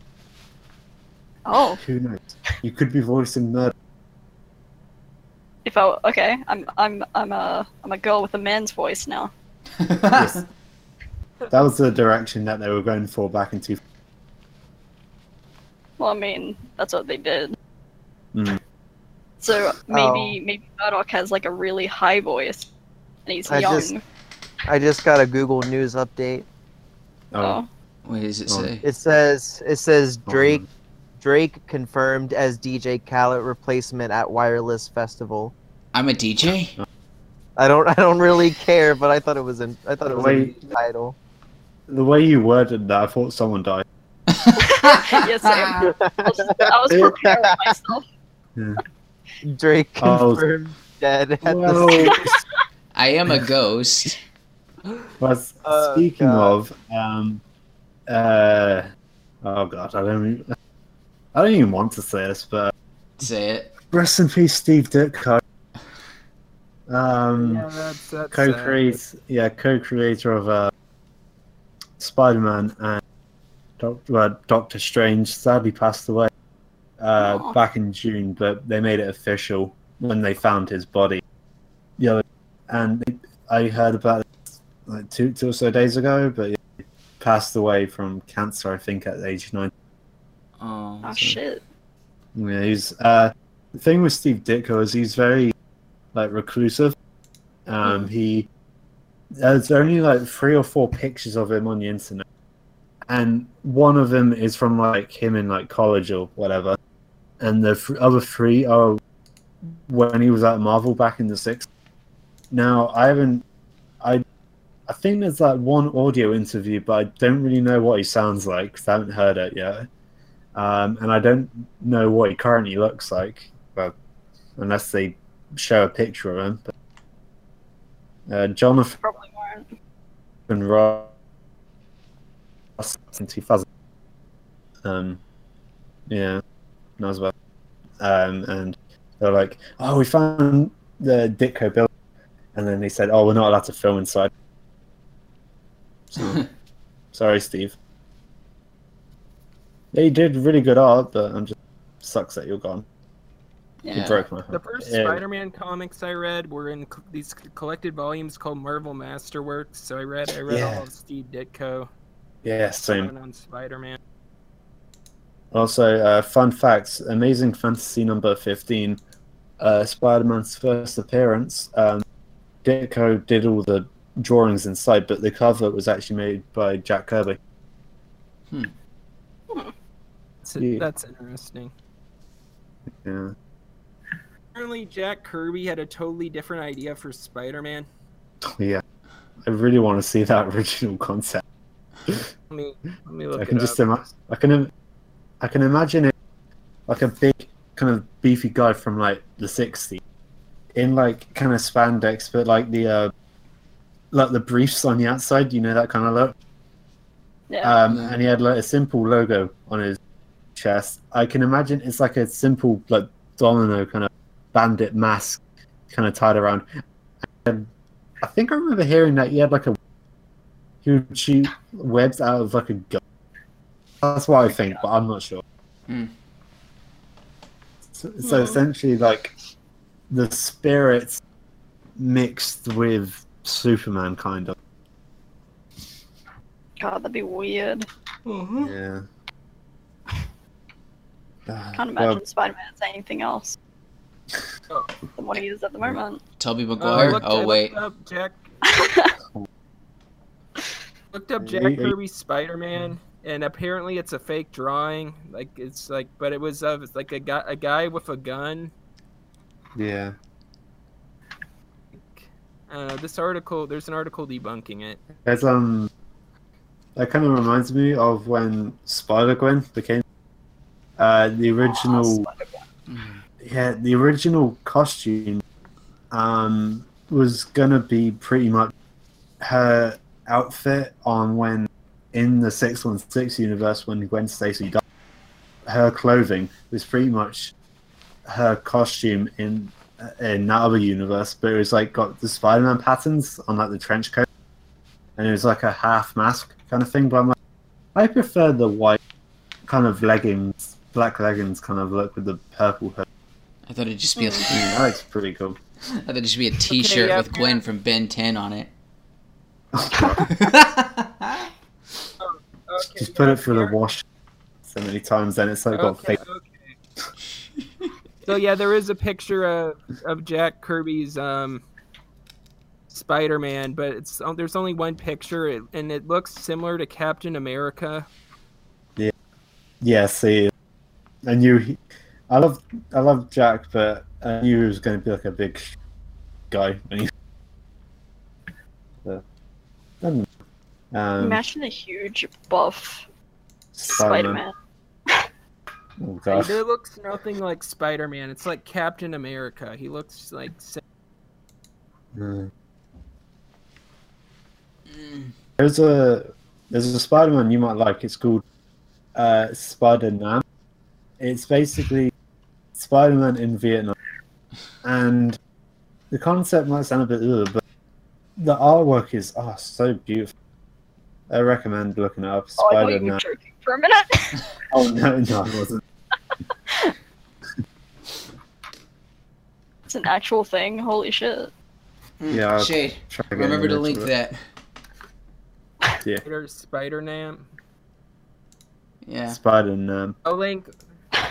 [SPEAKER 7] Oh Oh,
[SPEAKER 3] Who knows? You could be voicing murder.
[SPEAKER 7] if I okay, I'm I'm I'm a I'm a girl with a man's voice now.
[SPEAKER 3] Yes. that was the direction that they were going for back in two.
[SPEAKER 7] Well, I mean that's what they did.
[SPEAKER 3] Mm.
[SPEAKER 7] So maybe maybe Murdoch has like a really high voice, and he's
[SPEAKER 6] I
[SPEAKER 7] young.
[SPEAKER 6] just- I just got a Google News update.
[SPEAKER 7] oh.
[SPEAKER 5] (laughs) What does it
[SPEAKER 3] Oh.
[SPEAKER 5] say?
[SPEAKER 6] It says it says
[SPEAKER 3] Oh,
[SPEAKER 6] Drake
[SPEAKER 3] man.
[SPEAKER 6] Drake confirmed as DJ Khaled replacement at Wireless Festival.
[SPEAKER 5] I'm a DJ.
[SPEAKER 6] I don't (laughs) I don't really care, but I thought it was in I thought it was a
[SPEAKER 3] Wait.
[SPEAKER 6] good title.
[SPEAKER 3] the way you worded that, I thought someone died.
[SPEAKER 7] (laughs) yes, I, I was, I was preparing
[SPEAKER 6] (laughs)
[SPEAKER 7] myself.
[SPEAKER 6] Drake
[SPEAKER 3] Oh.
[SPEAKER 6] confirmed dead at
[SPEAKER 3] Well,
[SPEAKER 6] the
[SPEAKER 5] I am a
[SPEAKER 6] (laughs)
[SPEAKER 5] ghost.
[SPEAKER 3] well, s-
[SPEAKER 6] Oh,
[SPEAKER 3] speaking
[SPEAKER 6] God.
[SPEAKER 3] of, um, uh, oh god, I don't, even, I don't even want to say this, but
[SPEAKER 5] Say it.
[SPEAKER 3] rest in peace, Steve Ditko. Um,
[SPEAKER 4] Yeah, that's, that's
[SPEAKER 3] co-create, yeah, co-creator of uh, Spider-Man and Doc- well, Doctor Strange sadly passed away uh,
[SPEAKER 7] Aw.
[SPEAKER 3] back in June, but they made it official when they found his body. Yeah, and it- I heard about it like two, two or so days ago, but yeah, he passed away from cancer, I think, at age nine.
[SPEAKER 5] Oh,
[SPEAKER 7] Oh shit!
[SPEAKER 3] Yeah, he's uh, the thing with Steve Ditko is he's very like reclusive. Um, he there's only like three or four pictures of him on the internet, and one of them is from like him in like college or whatever, and the th- other three are when he was at Marvel back in the six. Now I haven't, I, I think there's like one audio interview, but I don't really know what he sounds like 'cause I haven't heard it yet, um, and I don't know what he currently looks like, but unless they show a picture of him. But, uh, Jonathan
[SPEAKER 7] Probably weren't.
[SPEAKER 3] Ross in 2000. Um, yeah, that was about. Um, and they were like, "Oh, we found the Ditko building," and then they said, "Oh, we're not allowed to film inside." So, sorry, Steve. They did really good art, but I'm just sucks that you're gone. You
[SPEAKER 5] yeah.
[SPEAKER 3] broke my heart.
[SPEAKER 4] The first
[SPEAKER 3] Yeah.
[SPEAKER 4] Spider-Man comics I read were in c- these c- collected volumes called Marvel Masterworks. So I read I read
[SPEAKER 3] Yeah.
[SPEAKER 4] all of Steve Ditko
[SPEAKER 3] Yeah, same.
[SPEAKER 4] on Spider-Man.
[SPEAKER 3] Also, uh, fun facts: Amazing Fantasy number fifteen, uh, Spider-Man's first appearance. Um, Ditko did all the drawings inside, but the cover was actually made by Jack Kirby.
[SPEAKER 4] That's,
[SPEAKER 3] Yeah.
[SPEAKER 4] that's interesting.
[SPEAKER 3] Yeah,
[SPEAKER 4] Apparently, Jack Kirby had a totally different idea for Spider-Man.
[SPEAKER 3] yeah. I really want to see that (laughs) original concept.
[SPEAKER 4] Let me let me look
[SPEAKER 3] I
[SPEAKER 4] it
[SPEAKER 3] can
[SPEAKER 4] up.
[SPEAKER 3] just imagine. I can, im- I can imagine it like a big kind of beefy guy from like the '60s, in like kind of spandex, but like the, uh, like the briefs on the outside. You know that kind of look.
[SPEAKER 7] Yeah.
[SPEAKER 3] um,
[SPEAKER 5] Yeah.
[SPEAKER 3] and he had like a simple logo on his chest. I can imagine it's like a simple like domino kind of bandit mask, kind of tied around. And I think I remember hearing that he had like a he would shoot webs out of like a gun. That's what I think, but I'm not sure.
[SPEAKER 5] Hmm.
[SPEAKER 3] So, so essentially, like the spirits mixed with Superman, kind of.
[SPEAKER 7] God, that'd be weird.
[SPEAKER 4] Mhm.
[SPEAKER 3] Yeah.
[SPEAKER 7] Mm-hmm. Can't
[SPEAKER 3] Ah,
[SPEAKER 7] imagine Spider-Man's anything else
[SPEAKER 4] Oh.
[SPEAKER 7] than what he is at the moment. (laughs)
[SPEAKER 5] Toby
[SPEAKER 4] Uh, I
[SPEAKER 5] Maguire.
[SPEAKER 4] looked- I
[SPEAKER 5] oh
[SPEAKER 4] looked
[SPEAKER 5] wait.
[SPEAKER 4] up Jack looked
[SPEAKER 3] Are
[SPEAKER 4] up Jack
[SPEAKER 3] you- uh, are you-
[SPEAKER 4] Kirby's Spider-Man, and apparently it's a fake drawing. Like it's like, but it was of it's like a guy, a guy with a gun.
[SPEAKER 3] yeah.
[SPEAKER 4] Uh, this article, there's an article debunking it.
[SPEAKER 3] There's um that kind of reminds me of when Spider Gwen became uh the original
[SPEAKER 5] Mm.
[SPEAKER 3] yeah, the original costume um was gonna be pretty much her outfit on when in the six one six universe when Gwen Stacy died. Her clothing was pretty much her costume in in that other universe, but it was like got the Spider Man patterns on like the trench coat and it was like a half mask kind of thing. But I'm like, I prefer the white kind of leggings black leggings kind of look with the purple hood.
[SPEAKER 5] I thought it'd just
[SPEAKER 7] Hmm.
[SPEAKER 5] be a, I
[SPEAKER 3] Mm, that looks pretty cool.
[SPEAKER 5] thought it'd just be a T-shirt
[SPEAKER 1] yeah.
[SPEAKER 5] with Gwen from Ben 10 on it.
[SPEAKER 4] Okay,
[SPEAKER 3] Just put it
[SPEAKER 4] yeah,
[SPEAKER 3] through the
[SPEAKER 4] here.
[SPEAKER 3] wash so many times, then it's like got
[SPEAKER 4] Okay,
[SPEAKER 3] fake.
[SPEAKER 4] okay. (laughs) so yeah, there is a picture of of Jack Kirby's um Spider-Man, but it's oh, there's only one picture, it- and it looks similar to Captain America.
[SPEAKER 3] Yeah, see, I knew. He, I love, I love Jack, but I knew he was going to be like a big guy. when he- (laughs) But, I don't know. Um,
[SPEAKER 7] Imagine a huge buff
[SPEAKER 3] Spider-Man.
[SPEAKER 7] Spider-Man.
[SPEAKER 3] Oh,
[SPEAKER 4] It
[SPEAKER 3] gosh.
[SPEAKER 4] looks nothing like Spider-Man. It's like Captain America. He looks like s-
[SPEAKER 3] Mm.
[SPEAKER 5] Mm.
[SPEAKER 3] There's a there's a Spider-Man you might like. It's called uh, Spider-Man. It's basically Spider-Man in Vietnam, and the concept might sound a bit ugh, but the artwork is oh so beautiful. I recommend looking it up.
[SPEAKER 7] Oh, I thought you
[SPEAKER 3] Spider-Man.
[SPEAKER 7] were joking for a minute.
[SPEAKER 3] (laughs)
[SPEAKER 7] (laughs)
[SPEAKER 3] Oh no, no, it wasn't.
[SPEAKER 7] it's an actual thing. Holy shit.
[SPEAKER 3] (laughs)
[SPEAKER 5] Mm,
[SPEAKER 3] Yeah, I'll
[SPEAKER 5] Shade.
[SPEAKER 3] Try again
[SPEAKER 5] Remember to
[SPEAKER 3] later,
[SPEAKER 5] link
[SPEAKER 3] but-
[SPEAKER 5] that.
[SPEAKER 4] Spider Spider-Man.
[SPEAKER 5] Yeah.
[SPEAKER 3] Spider-Man.
[SPEAKER 4] I'll link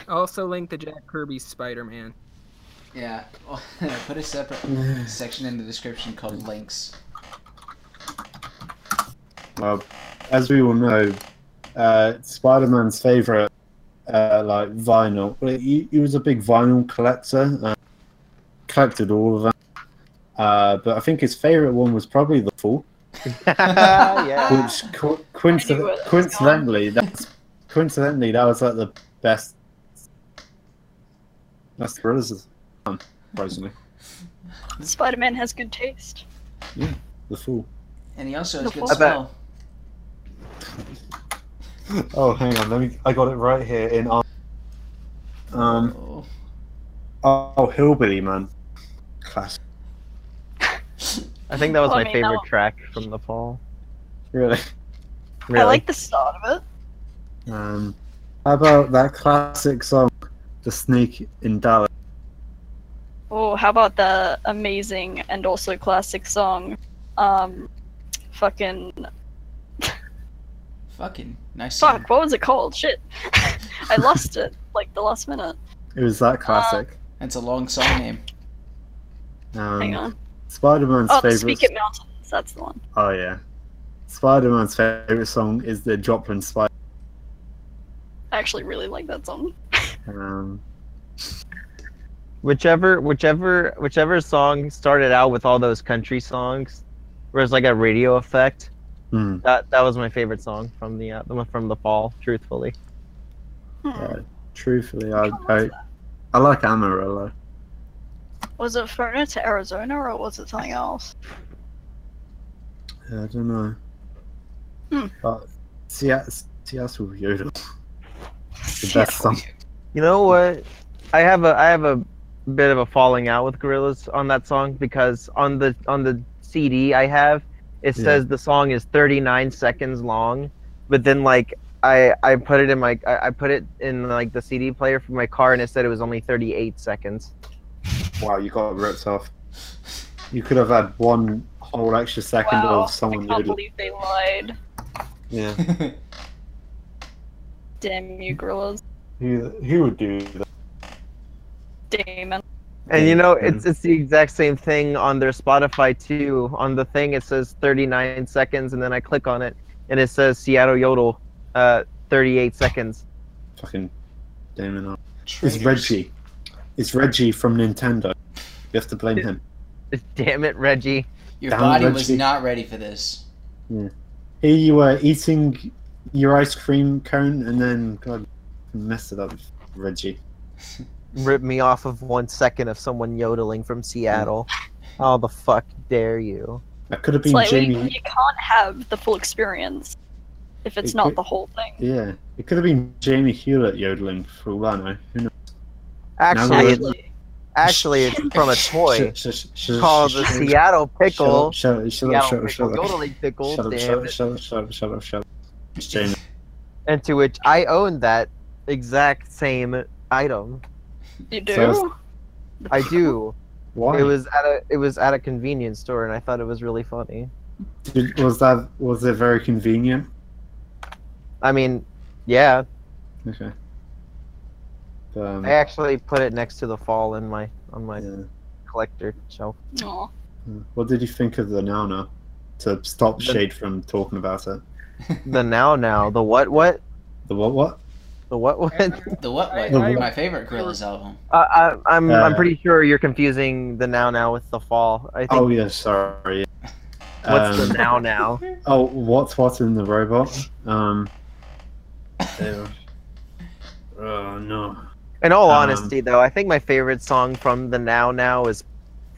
[SPEAKER 4] also link the Jack Kirby Spider-Man.
[SPEAKER 5] Yeah. (laughs) Put a separate
[SPEAKER 3] (sighs)
[SPEAKER 5] section in the description called links.
[SPEAKER 3] Well, as we all know, uh, Spider-Man's favorite, uh, like vinyl. well, He, he was a big vinyl collector. Uh, collected all of them. Uh, but I think his favorite one was probably the Fall,
[SPEAKER 6] yeah.
[SPEAKER 3] which co- coinci-
[SPEAKER 7] Ah, I knew where that was
[SPEAKER 3] coincidentally, that's coincidentally that was like the best. That's the brothers. Um, Surprisingly,
[SPEAKER 7] Spider-Man has good taste.
[SPEAKER 3] the Fall.
[SPEAKER 5] And he also has
[SPEAKER 7] The
[SPEAKER 5] good
[SPEAKER 7] full-
[SPEAKER 6] I bet.
[SPEAKER 5] smell.
[SPEAKER 3] Oh, hang on, let me. I got it right here in. Um. um
[SPEAKER 5] Oh.
[SPEAKER 3] oh, hillbilly man. Class.
[SPEAKER 6] I think that was
[SPEAKER 7] Well,
[SPEAKER 6] my
[SPEAKER 7] I mean,
[SPEAKER 6] favorite
[SPEAKER 7] that-
[SPEAKER 6] track from the fall.
[SPEAKER 3] Really?
[SPEAKER 6] Really?
[SPEAKER 7] I like the start of it.
[SPEAKER 3] Um, how about that classic song, The Snake in Dallas?
[SPEAKER 7] Oh, how about the amazing and also classic song? Um, fucking
[SPEAKER 5] Fucking nice.
[SPEAKER 7] fuck. What was it called? Shit, (laughs) I lost it like the last minute.
[SPEAKER 3] It was that classic.
[SPEAKER 5] That's a long song name.
[SPEAKER 7] Uh, Hang
[SPEAKER 3] Um,
[SPEAKER 7] on.
[SPEAKER 3] Spider Man's
[SPEAKER 7] Oh, the
[SPEAKER 3] favorite.
[SPEAKER 7] Speak It Mountains. That's the one.
[SPEAKER 3] Oh, yeah. Spider Man's favorite song is the Joplin Spider.
[SPEAKER 7] I actually really like that song.
[SPEAKER 3] Um,
[SPEAKER 6] Whichever, whichever, whichever song started out with all those country songs, where it's like a radio effect.
[SPEAKER 3] hmm,
[SPEAKER 6] That that was my favorite song from the uh, the one from the fall. Truthfully,
[SPEAKER 7] Hmm.
[SPEAKER 3] Yeah. truthfully, I,
[SPEAKER 7] Which one was
[SPEAKER 3] I, I like Amarillo.
[SPEAKER 7] Was it Ferner to Arizona or was it something else?
[SPEAKER 3] Yeah, I don't know.
[SPEAKER 7] Hmm.
[SPEAKER 3] But Seattle, Seattle Yodel, the
[SPEAKER 7] Yeah. (laughs)
[SPEAKER 3] best song.
[SPEAKER 6] you know what? I have a I have a bit of a falling out with Gorillaz on that song because on the on the CD I have it
[SPEAKER 3] Yeah.
[SPEAKER 6] says the song is 39 seconds long, but then like I I put it in my I, I put it in like the CD player for my car and it said it was only 38 seconds.
[SPEAKER 3] Wow, you got ripped off. You could have had one whole extra second
[SPEAKER 7] Wow,
[SPEAKER 3] of someone
[SPEAKER 7] I can't
[SPEAKER 3] yodeling.
[SPEAKER 7] believe they lied.
[SPEAKER 3] Yeah.
[SPEAKER 7] Damn you, gorillas.
[SPEAKER 3] Who, who would do that?
[SPEAKER 7] Damon.
[SPEAKER 6] And you know,
[SPEAKER 3] Yeah.
[SPEAKER 6] it's it's the exact same thing on their Spotify too. On the thing, it says 39 seconds, and then I click on it, and it says Seattle Yodel, uh, 38 seconds. (laughs)
[SPEAKER 3] Fucking Damon. Ar- It's
[SPEAKER 5] Traitors.
[SPEAKER 3] Reggie. It's Reggie from Nintendo. You have to blame him.
[SPEAKER 6] Damn it, Reggie!
[SPEAKER 5] Your
[SPEAKER 3] Damn
[SPEAKER 5] body was
[SPEAKER 3] Reggie.
[SPEAKER 5] not ready for this.
[SPEAKER 3] Here you were uh, eating your ice cream cone and then, God, messed it up, Reggie.
[SPEAKER 6] Rip me off of one second of someone yodeling from Seattle. How the fuck dare you?
[SPEAKER 3] That could have
[SPEAKER 7] It's
[SPEAKER 3] been
[SPEAKER 7] like well, you,
[SPEAKER 3] Jamie.
[SPEAKER 7] you can't have the full experience if it's
[SPEAKER 3] It
[SPEAKER 7] not
[SPEAKER 3] could-
[SPEAKER 7] the whole thing.
[SPEAKER 3] Yeah. It could have been Jamie Hewlett yodeling for all I know. Who knows?
[SPEAKER 6] Actually,
[SPEAKER 3] Really?
[SPEAKER 6] it, actually, it's from a toy
[SPEAKER 3] Shut- shut- shut-
[SPEAKER 6] called the
[SPEAKER 3] shut- shut-
[SPEAKER 6] Seattle Pickle.
[SPEAKER 3] Shut up, shut up, shut
[SPEAKER 6] Seattle
[SPEAKER 3] up,
[SPEAKER 6] Pickle
[SPEAKER 3] shut up,
[SPEAKER 6] yodeling pickle.
[SPEAKER 3] shut up, shut up, shut up, shut up, shut
[SPEAKER 6] Damn
[SPEAKER 3] up, shut up, shut up, shut up. It's Jamie.
[SPEAKER 6] it! And to which I own that exact same item.
[SPEAKER 7] You do?
[SPEAKER 3] So-
[SPEAKER 6] I
[SPEAKER 3] (laughs)
[SPEAKER 6] do.
[SPEAKER 3] Why?
[SPEAKER 6] It was at a it was at a convenience store, and I thought it was really funny.
[SPEAKER 3] Did, was that was it very convenient?
[SPEAKER 6] I mean, yeah,
[SPEAKER 3] Okay. Um,
[SPEAKER 6] I actually put it next to the fall in my on my
[SPEAKER 3] yeah.
[SPEAKER 6] collector shelf.
[SPEAKER 7] Aw.
[SPEAKER 3] What did you think of the now now? To stop Shade from talking about it.
[SPEAKER 6] The now now the what what
[SPEAKER 3] The what what?
[SPEAKER 6] the what what.
[SPEAKER 5] The what?
[SPEAKER 4] I-
[SPEAKER 5] what?
[SPEAKER 3] I-
[SPEAKER 5] my favorite Gorillaz album.
[SPEAKER 6] Uh, I, I'm I'm
[SPEAKER 3] Uh,
[SPEAKER 6] pretty sure you're confusing the now now with the fall. I think
[SPEAKER 3] Oh yeah, sorry.
[SPEAKER 6] what's
[SPEAKER 3] Um,
[SPEAKER 6] the now now?
[SPEAKER 3] Oh, what's what in the robot?
[SPEAKER 6] (laughs)
[SPEAKER 3] Um. ew. Oh no.
[SPEAKER 6] In all
[SPEAKER 3] um,
[SPEAKER 6] honesty, though, I think my favorite song from the now now is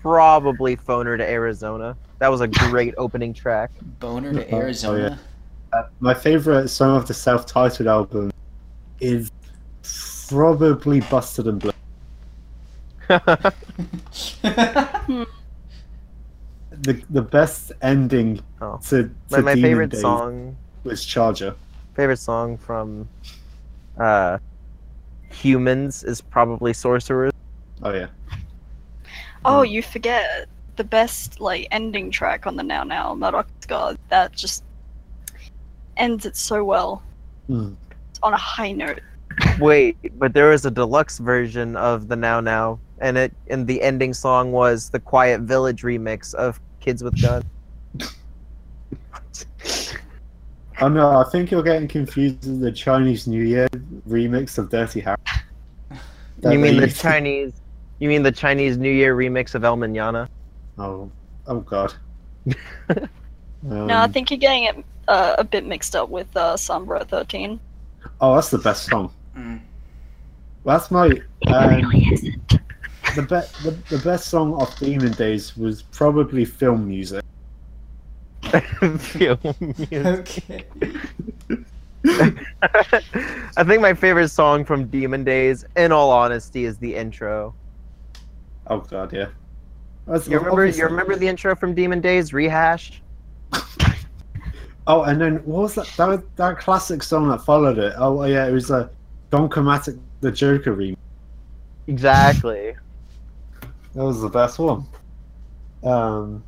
[SPEAKER 6] probably "Phoner to Arizona." That was
[SPEAKER 3] (laughs)
[SPEAKER 6] a great opening track.
[SPEAKER 5] Boner
[SPEAKER 3] Oh,
[SPEAKER 5] to
[SPEAKER 3] yeah. (laughs)
[SPEAKER 5] Arizona.
[SPEAKER 3] Uh, my favorite song of the self-titled album is probably "Busted and Blue."
[SPEAKER 6] Oh.
[SPEAKER 3] The the best ending
[SPEAKER 6] Oh.
[SPEAKER 3] to, to
[SPEAKER 6] my, my
[SPEAKER 3] Demon
[SPEAKER 6] favorite
[SPEAKER 3] Days
[SPEAKER 6] song
[SPEAKER 3] was "Charger."
[SPEAKER 6] favorite song from uh humans is probably sorcerers
[SPEAKER 3] Oh yeah.
[SPEAKER 7] Oh, you forget the best like ending track on the Now Now Murdoch's God. That just ends it so well.
[SPEAKER 3] Mm.
[SPEAKER 7] It's on a high note.
[SPEAKER 6] wait but there was a deluxe version of the now now and it and the ending song was the quiet village remix of kids with guns
[SPEAKER 3] Oh no, I think you're getting confused with the Chinese New Year remix of "Dirty Harry." That
[SPEAKER 6] you
[SPEAKER 3] they
[SPEAKER 6] mean the
[SPEAKER 3] used to-
[SPEAKER 6] chinese you mean the chinese new year remix of el (laughs) manana
[SPEAKER 3] Oh, oh
[SPEAKER 6] (laughs)
[SPEAKER 3] God. um,
[SPEAKER 7] no, I think you're getting it uh, a bit mixed up with uh, Sombra 13.
[SPEAKER 3] Oh, that's the best song.
[SPEAKER 5] Mm.
[SPEAKER 3] That's my um,
[SPEAKER 7] isn't.
[SPEAKER 3] the, be- the the best song off Demon Days was probably film music.
[SPEAKER 6] Film music.
[SPEAKER 5] okay.
[SPEAKER 6] (laughs) i think my favorite song from demon days in all honesty is the intro
[SPEAKER 3] Oh God, yeah. That's
[SPEAKER 6] you remember
[SPEAKER 3] obviously-
[SPEAKER 6] you remember the intro from demon days rehash
[SPEAKER 3] Oh, and then what was that? That, was, that classic song that followed it. Oh yeah, it was a uh, Don Chromatic the Joker remix.
[SPEAKER 6] exactly
[SPEAKER 3] That was the best one. Um,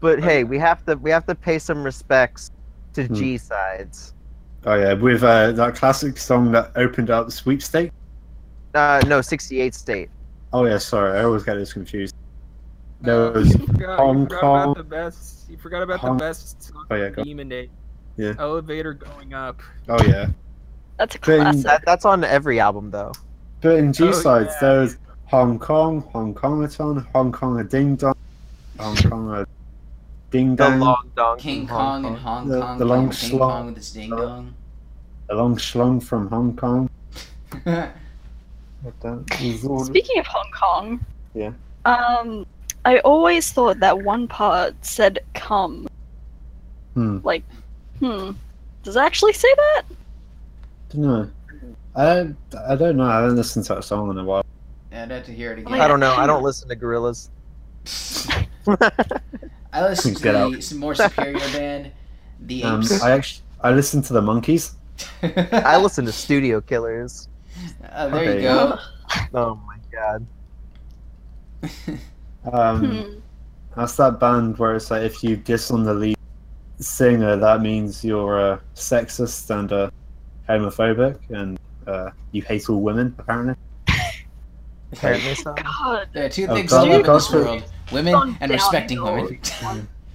[SPEAKER 6] But hey, we have to we have to pay some respects to
[SPEAKER 3] Hmm.
[SPEAKER 6] G sides.
[SPEAKER 3] oh yeah, with uh, that classic song that opened up Sweepstake.
[SPEAKER 6] Uh, no, sixty eight state.
[SPEAKER 3] Oh yeah, sorry, I always get this confused. There was
[SPEAKER 4] You forgot,
[SPEAKER 3] Hong
[SPEAKER 4] you forgot
[SPEAKER 3] Kong-
[SPEAKER 4] about the best. You forgot about
[SPEAKER 3] Hong-
[SPEAKER 4] the best song
[SPEAKER 3] Oh, yeah,
[SPEAKER 4] from
[SPEAKER 3] go-
[SPEAKER 4] Demon Day.
[SPEAKER 3] Yeah.
[SPEAKER 4] Elevator going up.
[SPEAKER 3] oh yeah,
[SPEAKER 7] That's a
[SPEAKER 3] Then-
[SPEAKER 7] classic.
[SPEAKER 6] That, that's on every album though.
[SPEAKER 3] but in G
[SPEAKER 4] Oh,
[SPEAKER 3] sides
[SPEAKER 4] yeah.
[SPEAKER 3] there was Hong Kong, Hong Kongaton, Hong Kong a ding dong, Hong Kong a ding
[SPEAKER 6] The
[SPEAKER 3] dong,
[SPEAKER 6] long dong.
[SPEAKER 5] King
[SPEAKER 6] from
[SPEAKER 5] Kong and Hong
[SPEAKER 3] The-
[SPEAKER 5] Kong.
[SPEAKER 3] the long
[SPEAKER 5] playing ping
[SPEAKER 3] slot.
[SPEAKER 5] pong with his ding dong.
[SPEAKER 3] a long schlong from Hong Kong.
[SPEAKER 5] (laughs)
[SPEAKER 3] What the- it was all-
[SPEAKER 7] Speaking of Hong Kong,
[SPEAKER 3] Yeah.
[SPEAKER 7] Um, I always thought that one part said "come."
[SPEAKER 3] Hmm.
[SPEAKER 7] Like, hmm. Does it actually say that?
[SPEAKER 3] don't know. I don't, I don't know. I haven't listened to that song in a while.
[SPEAKER 5] I'd have to hear it again.
[SPEAKER 6] I don't know. I don't listen to Gorillas.
[SPEAKER 5] I listened to
[SPEAKER 3] Get out.
[SPEAKER 5] the, some more (laughs) superior band, The
[SPEAKER 3] Um,
[SPEAKER 5] Apes.
[SPEAKER 3] I actually I listened to the Monkeys.
[SPEAKER 6] (laughs)
[SPEAKER 5] (laughs)
[SPEAKER 6] I listen to Studio Killers.
[SPEAKER 5] Uh, there
[SPEAKER 3] Okay.
[SPEAKER 5] you go.
[SPEAKER 6] Oh my god.
[SPEAKER 3] Um,
[SPEAKER 7] Hmm.
[SPEAKER 3] that's that band where it's like if you diss on the lead singer, that means you're uh, sexist and uh, homophobic, and uh, you hate all women. Apparently,
[SPEAKER 6] Apparently so.
[SPEAKER 7] God,
[SPEAKER 5] There are two
[SPEAKER 3] Oh,
[SPEAKER 5] things
[SPEAKER 3] God,
[SPEAKER 5] I love in
[SPEAKER 3] God
[SPEAKER 5] this
[SPEAKER 3] for-
[SPEAKER 5] world: women and respecting women.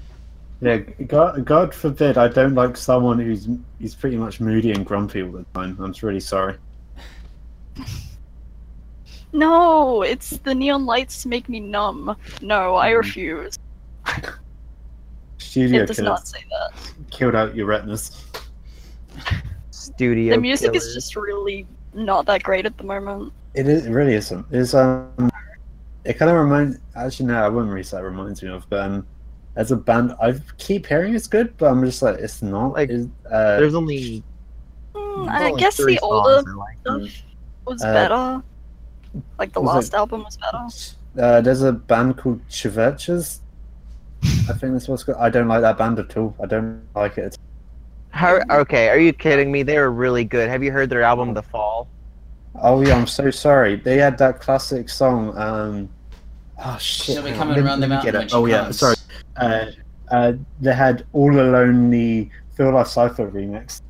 [SPEAKER 5] (laughs)
[SPEAKER 3] yeah. God, God forbid I don't like someone who's he's pretty much moody and grumpy all the time. I'm really sorry.
[SPEAKER 7] no! It's the neon lights make me numb. No, I
[SPEAKER 3] Hmm.
[SPEAKER 7] refuse.
[SPEAKER 3] Studio
[SPEAKER 7] it does
[SPEAKER 3] killers
[SPEAKER 7] not say that.
[SPEAKER 3] killed out your retinas.
[SPEAKER 6] Studio.
[SPEAKER 7] The music
[SPEAKER 6] Killers.
[SPEAKER 7] is just really not that great at the moment.
[SPEAKER 3] It is. It really isn't. It's um. It kind of reminds. Actually, no, I wouldn't really say it reminds me of. But um, as a band, I keep hearing it's good, but I'm just like it's not.
[SPEAKER 6] Like,
[SPEAKER 3] Like uh,
[SPEAKER 6] There's only.
[SPEAKER 7] Hmm,
[SPEAKER 6] there's
[SPEAKER 7] I
[SPEAKER 6] only
[SPEAKER 7] guess
[SPEAKER 6] three
[SPEAKER 7] the older
[SPEAKER 6] songs I like.
[SPEAKER 7] stuff was
[SPEAKER 3] Uh,
[SPEAKER 7] better. Like the
[SPEAKER 3] was it-
[SPEAKER 7] last album was better.
[SPEAKER 3] uh, there's a band called Chiverches. I think that's what's good. I don't like that band at all. I don't like it.
[SPEAKER 6] How, okay, are you kidding me? They were really good. Have you heard their album The Fall?
[SPEAKER 3] Oh yeah, I'm so sorry. They had that classic song. Um, oh shit!
[SPEAKER 5] She'll be
[SPEAKER 3] hang on,
[SPEAKER 5] coming
[SPEAKER 3] let me-
[SPEAKER 5] around the
[SPEAKER 3] let me get
[SPEAKER 5] mountain
[SPEAKER 3] it.
[SPEAKER 5] when
[SPEAKER 3] Oh
[SPEAKER 5] she
[SPEAKER 3] yeah,
[SPEAKER 5] comes.
[SPEAKER 3] sorry. Uh, uh, they had all alone the Feel Like Cipher remix.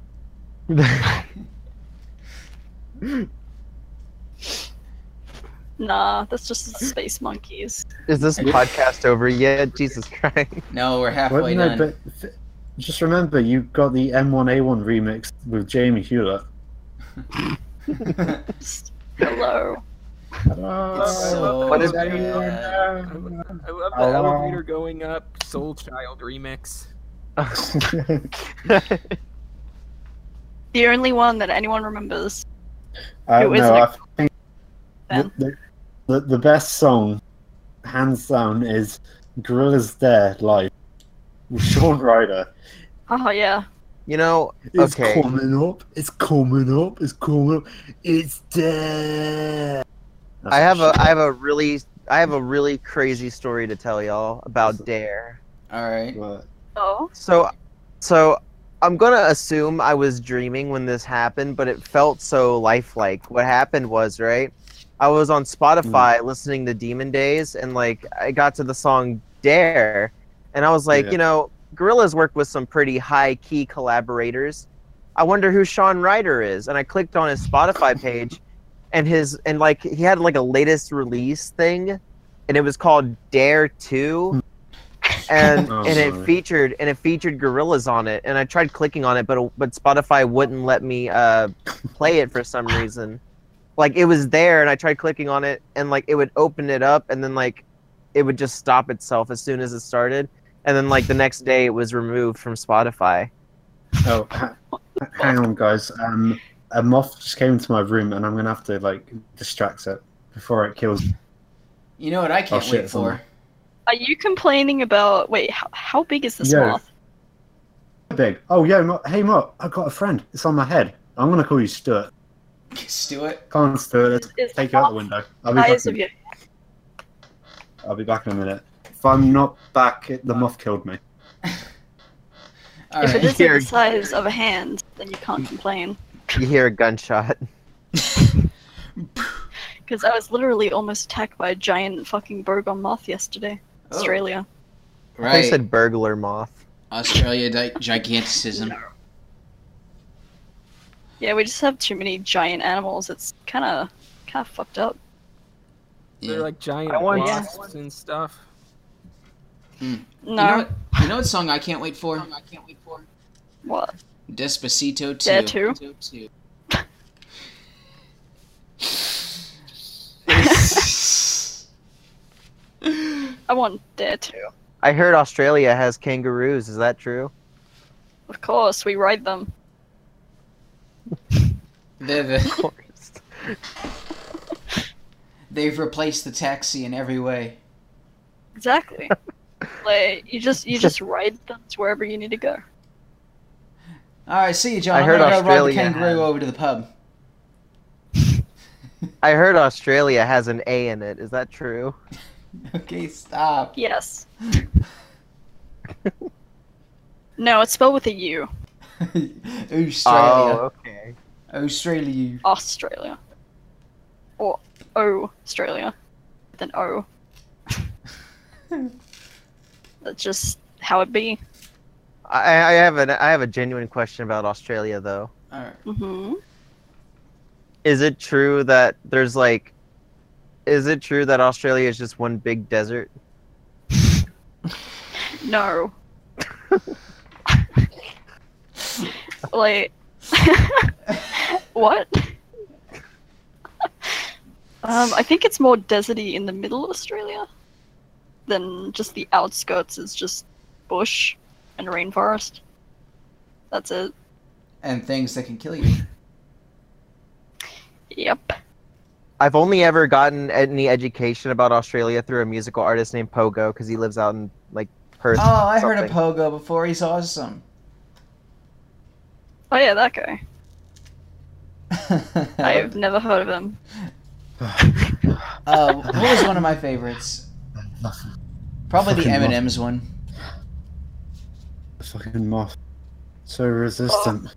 [SPEAKER 7] Nah, that's just the space monkeys.
[SPEAKER 6] Is this podcast over yet? Jesus Christ.
[SPEAKER 5] (laughs) No, we're
[SPEAKER 3] Well,
[SPEAKER 5] halfway
[SPEAKER 3] no,
[SPEAKER 5] done.
[SPEAKER 3] but f- just remember, you got the M1A1 remix with Jamie Hewlett.
[SPEAKER 7] Just, hello.
[SPEAKER 5] It's so
[SPEAKER 6] What is-
[SPEAKER 3] (laughs)
[SPEAKER 5] bad.
[SPEAKER 4] I love, I love the
[SPEAKER 3] Oh.
[SPEAKER 4] elevator going up Soul Child remix.
[SPEAKER 3] Uh,
[SPEAKER 7] The only one that anyone remembers.
[SPEAKER 3] I
[SPEAKER 7] Who is
[SPEAKER 3] no,
[SPEAKER 7] it?
[SPEAKER 3] I think
[SPEAKER 7] Ben?
[SPEAKER 3] the, the, the best song, hands down, is Gorilla's There Live with Sean Ryder.
[SPEAKER 7] Oh yeah.
[SPEAKER 6] You know,
[SPEAKER 3] It's
[SPEAKER 6] Okay.
[SPEAKER 3] coming up, it's coming up, it's coming up, it's there. That's
[SPEAKER 6] I have a
[SPEAKER 3] what
[SPEAKER 6] I have a really I have a really crazy story to tell y'all about Dare.
[SPEAKER 5] All
[SPEAKER 3] she-
[SPEAKER 5] right.
[SPEAKER 3] but-
[SPEAKER 7] Oh.
[SPEAKER 6] So so I'm going to assume I was dreaming when this happened, but it felt so lifelike. What happened was, right? I was on Spotify listening to Demon Days and like I got to the song Dare and I was like,
[SPEAKER 3] Yeah.
[SPEAKER 6] you know, Gorilla's worked with some pretty high key collaborators. I wonder who Sean Ryder is. And I clicked on his Spotify page and his and like he had like a latest release thing and it was called Dare 2 and
[SPEAKER 3] Hmm. (laughs) Oh,
[SPEAKER 6] and it
[SPEAKER 3] sorry.
[SPEAKER 6] featured and it featured gorillas on it and I tried clicking on it but but Spotify wouldn't let me uh play it for some reason like it was there and I tried clicking on it and like it would open it up and then like it would just stop itself as soon as it started and then like the next day it was removed from Spotify
[SPEAKER 3] Oh, ha- hang on, guys. Um, a moth just came into my room, and I'm gonna have to like distract it before it kills.
[SPEAKER 5] You know what I
[SPEAKER 3] Oh,
[SPEAKER 5] can't
[SPEAKER 3] shit,
[SPEAKER 5] wait for?
[SPEAKER 7] Are you complaining about? Wait, how, how big is this
[SPEAKER 3] Yeah.
[SPEAKER 7] moth?
[SPEAKER 3] Big. Oh yeah, Mo- hey Mott, I've got a friend. It's on my head. I'm gonna call you Stuart.
[SPEAKER 5] (laughs) Stuart.
[SPEAKER 3] Come on, Stuart. Let's
[SPEAKER 7] Is
[SPEAKER 3] take you out
[SPEAKER 7] moth
[SPEAKER 3] the window. I'll be back.
[SPEAKER 7] Eyes of
[SPEAKER 3] In,
[SPEAKER 7] you.
[SPEAKER 3] I'll be back in a minute. If I'm not back, it- the moth killed me. (sighs)
[SPEAKER 5] All
[SPEAKER 7] If it
[SPEAKER 5] right.
[SPEAKER 7] isn't
[SPEAKER 5] (laughs)
[SPEAKER 6] Here.
[SPEAKER 7] the size of a hand, then you can't complain.
[SPEAKER 6] you hear a gunshot (laughs)
[SPEAKER 7] Because I was literally almost attacked by a giant fucking bogon moth yesterday.
[SPEAKER 5] Oh,
[SPEAKER 7] Australia.
[SPEAKER 6] they
[SPEAKER 5] Right.
[SPEAKER 6] said burglar moth
[SPEAKER 5] Australia di- giganticism.
[SPEAKER 7] Yeah, we just have too many giant animals. It's kind of kind of fucked up.
[SPEAKER 5] Yeah.
[SPEAKER 4] They're like giant
[SPEAKER 1] I want- yeah.
[SPEAKER 4] wasps and stuff.
[SPEAKER 7] No,
[SPEAKER 5] You know what? You know what song I can't wait for? I can't wait for.
[SPEAKER 7] what?
[SPEAKER 5] Despacito
[SPEAKER 7] Dare
[SPEAKER 5] 2.
[SPEAKER 7] (laughs) I want dare to.
[SPEAKER 6] I heard Australia has kangaroos is that
[SPEAKER 5] (laughs)
[SPEAKER 6] true
[SPEAKER 7] Of course, we ride them.
[SPEAKER 5] They're the-
[SPEAKER 6] course.
[SPEAKER 5] they've replaced the taxi in every way.
[SPEAKER 7] Exactly. (laughs) like you just you just ride them to wherever you need to go.
[SPEAKER 5] All right, see you, John.
[SPEAKER 6] I
[SPEAKER 5] I'm
[SPEAKER 6] heard
[SPEAKER 5] gonna go
[SPEAKER 6] Australia
[SPEAKER 5] ride the kangaroo
[SPEAKER 6] had-
[SPEAKER 5] over to the pub. (laughs)
[SPEAKER 6] I heard Australia has an A in it. Is that true?
[SPEAKER 5] Okay, stop. (laughs)
[SPEAKER 7] Yes. no, it's spelled with a U.
[SPEAKER 5] Australia.
[SPEAKER 6] Oh, okay.
[SPEAKER 5] Australia.
[SPEAKER 7] Australia. Or O Australia. Then O. That's just how it be.
[SPEAKER 6] I, I have an I have a genuine question about Australia though.
[SPEAKER 5] All right.
[SPEAKER 7] hmm
[SPEAKER 6] Is it true that there's like, is it true that Australia is just one big desert?
[SPEAKER 5] (laughs)
[SPEAKER 7] No. like, (laughs) what? um, I think it's more deserty in the middle of Australia than just the outskirts. Is just bush and rainforest. That's it.
[SPEAKER 5] And things that can kill you.
[SPEAKER 7] Yep.
[SPEAKER 6] I've only ever gotten any education about Australia through a musical artist named Pogo because he lives out in like Perth.
[SPEAKER 5] Oh, I heard of
[SPEAKER 6] something.
[SPEAKER 5] Pogo before. He's
[SPEAKER 6] (laughs)
[SPEAKER 5] awesome.
[SPEAKER 7] Oh yeah, that guy. I've never heard of him.
[SPEAKER 5] Uh, what was one of my favorites? Probably the
[SPEAKER 3] Fucking
[SPEAKER 5] M
[SPEAKER 3] love-
[SPEAKER 5] and M's one.
[SPEAKER 3] The fucking moth,
[SPEAKER 7] Oh.
[SPEAKER 3] so resistant.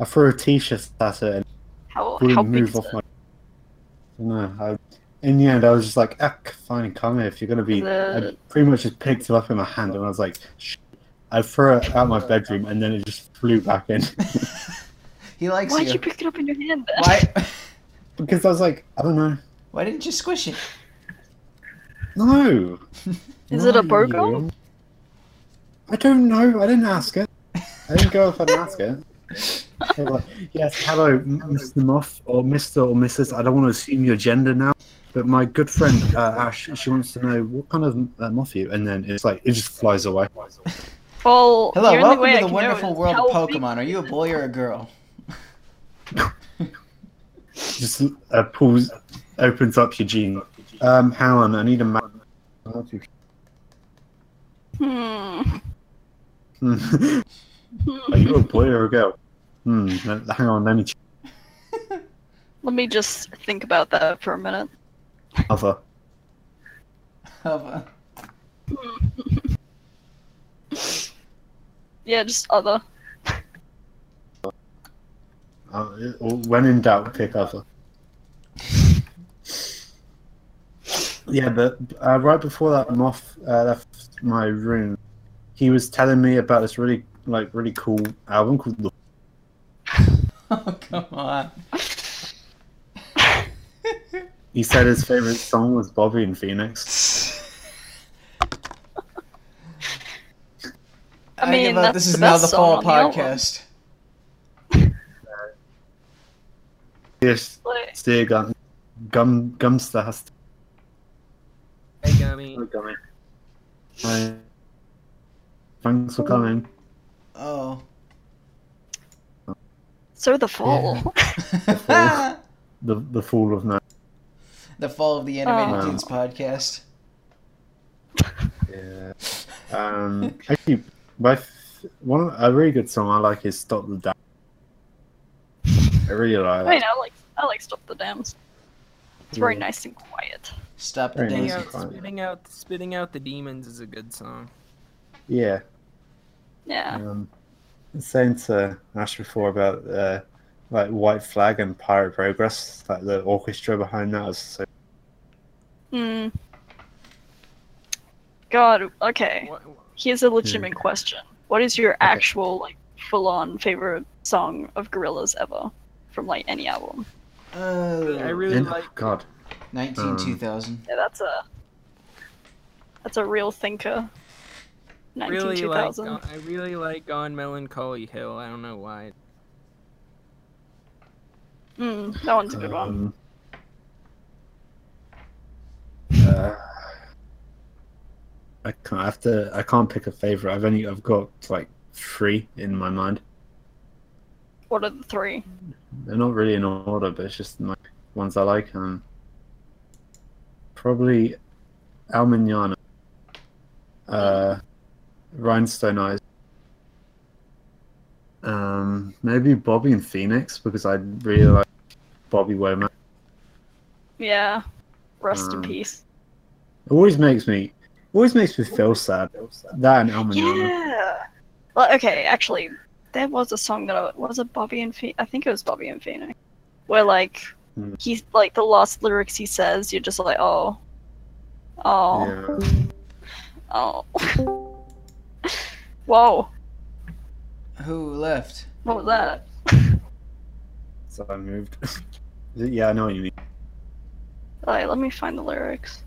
[SPEAKER 3] I threw a t-shirt at it and
[SPEAKER 7] How
[SPEAKER 3] wouldn't
[SPEAKER 7] how big
[SPEAKER 3] move
[SPEAKER 7] is
[SPEAKER 3] off
[SPEAKER 7] it?
[SPEAKER 3] my. dunno, I, in the end, I was just like, ah, c- fine, come here. If you're gonna be,
[SPEAKER 7] The-
[SPEAKER 3] I pretty much just picked it up in my hand, and I was like, Shh. I threw it out my bedroom, and then it just flew back in (laughs)
[SPEAKER 5] He likes
[SPEAKER 7] Why'd
[SPEAKER 5] you.
[SPEAKER 7] you pick it up in your hand then?
[SPEAKER 5] Why?
[SPEAKER 3] because I was like, I don't know,
[SPEAKER 5] Why didn't you squish it?
[SPEAKER 3] no.
[SPEAKER 7] Is it a
[SPEAKER 3] No.
[SPEAKER 7] bogo?
[SPEAKER 3] I don't know. I didn't ask it. I didn't go off and ask it.
[SPEAKER 7] (laughs)
[SPEAKER 3] They were like, yes, hello, M- Mr. Moff or Mr. or Mrs. I don't want to assume your gender now, but my good friend uh, Ash, she wants to know what kind of uh, moth are you? And then it's like it just flies away.
[SPEAKER 5] Hello,
[SPEAKER 7] Well, the only
[SPEAKER 5] welcome
[SPEAKER 7] way I
[SPEAKER 5] to the
[SPEAKER 7] can know
[SPEAKER 5] wonderful
[SPEAKER 7] is
[SPEAKER 5] world of
[SPEAKER 7] how big-
[SPEAKER 5] Pokemon. Are you a boy or a girl? (laughs)
[SPEAKER 3] Just uh, pulls, opens up your gene. Um, Helen, I need (laughs) a Oh, map.
[SPEAKER 7] Hmm.
[SPEAKER 3] Hmm. are you a boy or a girl? Hmm. uh, Hang on, let me check
[SPEAKER 7] Let me just think about that for a minute.
[SPEAKER 3] other.
[SPEAKER 5] Of a-
[SPEAKER 7] Yeah, just other.
[SPEAKER 3] Uh, or when in doubt, pick other. yeah, but uh, right before that moth uh, left my room, he was telling me about this really like really cool album called The.
[SPEAKER 5] Oh, come on.
[SPEAKER 3] He said his favorite song was Bobby and Phoenix.
[SPEAKER 5] think
[SPEAKER 7] I mean,
[SPEAKER 5] about this
[SPEAKER 7] that's the
[SPEAKER 5] is now
[SPEAKER 7] best
[SPEAKER 5] the fall
[SPEAKER 7] song on the
[SPEAKER 5] podcast.
[SPEAKER 3] Yes,
[SPEAKER 7] Like,
[SPEAKER 3] dear gum, gum, gumster has to
[SPEAKER 4] Hey, Gummy.
[SPEAKER 3] gummy. Hi. Thanks for coming.
[SPEAKER 5] Oh.
[SPEAKER 7] so the fall.
[SPEAKER 5] the
[SPEAKER 3] The the fall of night.
[SPEAKER 5] fall of (laughs) the animated
[SPEAKER 3] Oh.
[SPEAKER 5] dudes podcast.
[SPEAKER 3] Yeah. Um. Actually, my f- one of- a really good song I like is "Stop the Doubt." I really like.
[SPEAKER 7] (laughs) I
[SPEAKER 3] that.
[SPEAKER 7] mean, I like I like stop the dams. Oh, It's very nice and quiet.
[SPEAKER 5] Stop the
[SPEAKER 3] Very
[SPEAKER 4] Spitting
[SPEAKER 3] nice.
[SPEAKER 5] dancing.
[SPEAKER 4] out, spitting out, spitting out the demons is a good song.
[SPEAKER 3] Yeah.
[SPEAKER 7] Yeah.
[SPEAKER 3] Um, saying to Ash before about uh, like White Flag and Pirate Progress, like the orchestra behind that. Was so,
[SPEAKER 7] Hmm. God. Okay.
[SPEAKER 4] What,
[SPEAKER 7] Here's a legitimate question. What is your actual like full-on favorite song of Gorillaz ever from like any album?
[SPEAKER 5] Oh,
[SPEAKER 4] I really
[SPEAKER 3] And-
[SPEAKER 4] like.
[SPEAKER 3] God,
[SPEAKER 5] 19, 2000.
[SPEAKER 7] Yeah, that's a that's a real thinker. Nineteen
[SPEAKER 4] Really
[SPEAKER 7] two
[SPEAKER 4] like, uh,
[SPEAKER 7] thousand.
[SPEAKER 4] Gone- I really like on Melancholy Hill. I don't know why.
[SPEAKER 7] Mm, that one's a good one.
[SPEAKER 3] um, uh, I can't I have to. I can't pick a favorite. I've only. I've got like three in my mind.
[SPEAKER 7] What are the three?
[SPEAKER 3] They're not really in order, but it's just my ones I like. Um, probably Almignana, uh, Rhinestone Eyes, um, maybe Bobby and Phoenix because I really like Bobby Womack.
[SPEAKER 7] Yeah. Rest in
[SPEAKER 3] Um,
[SPEAKER 7] peace.
[SPEAKER 3] It always makes me, always makes me feel sad. That and Almignana.
[SPEAKER 7] Yeah. Well, okay, actually, there was a song that I, was it Bobby and Phoenix? I think it was Bobby and Phoenix, where like
[SPEAKER 3] Hmm.
[SPEAKER 7] he's like the last lyrics he says, you're just like, oh, oh, oh, (laughs) whoa,
[SPEAKER 5] Who left?
[SPEAKER 7] what was that?
[SPEAKER 3] so I moved. (laughs) yeah, I know what you mean.
[SPEAKER 7] Like, let me find the lyrics.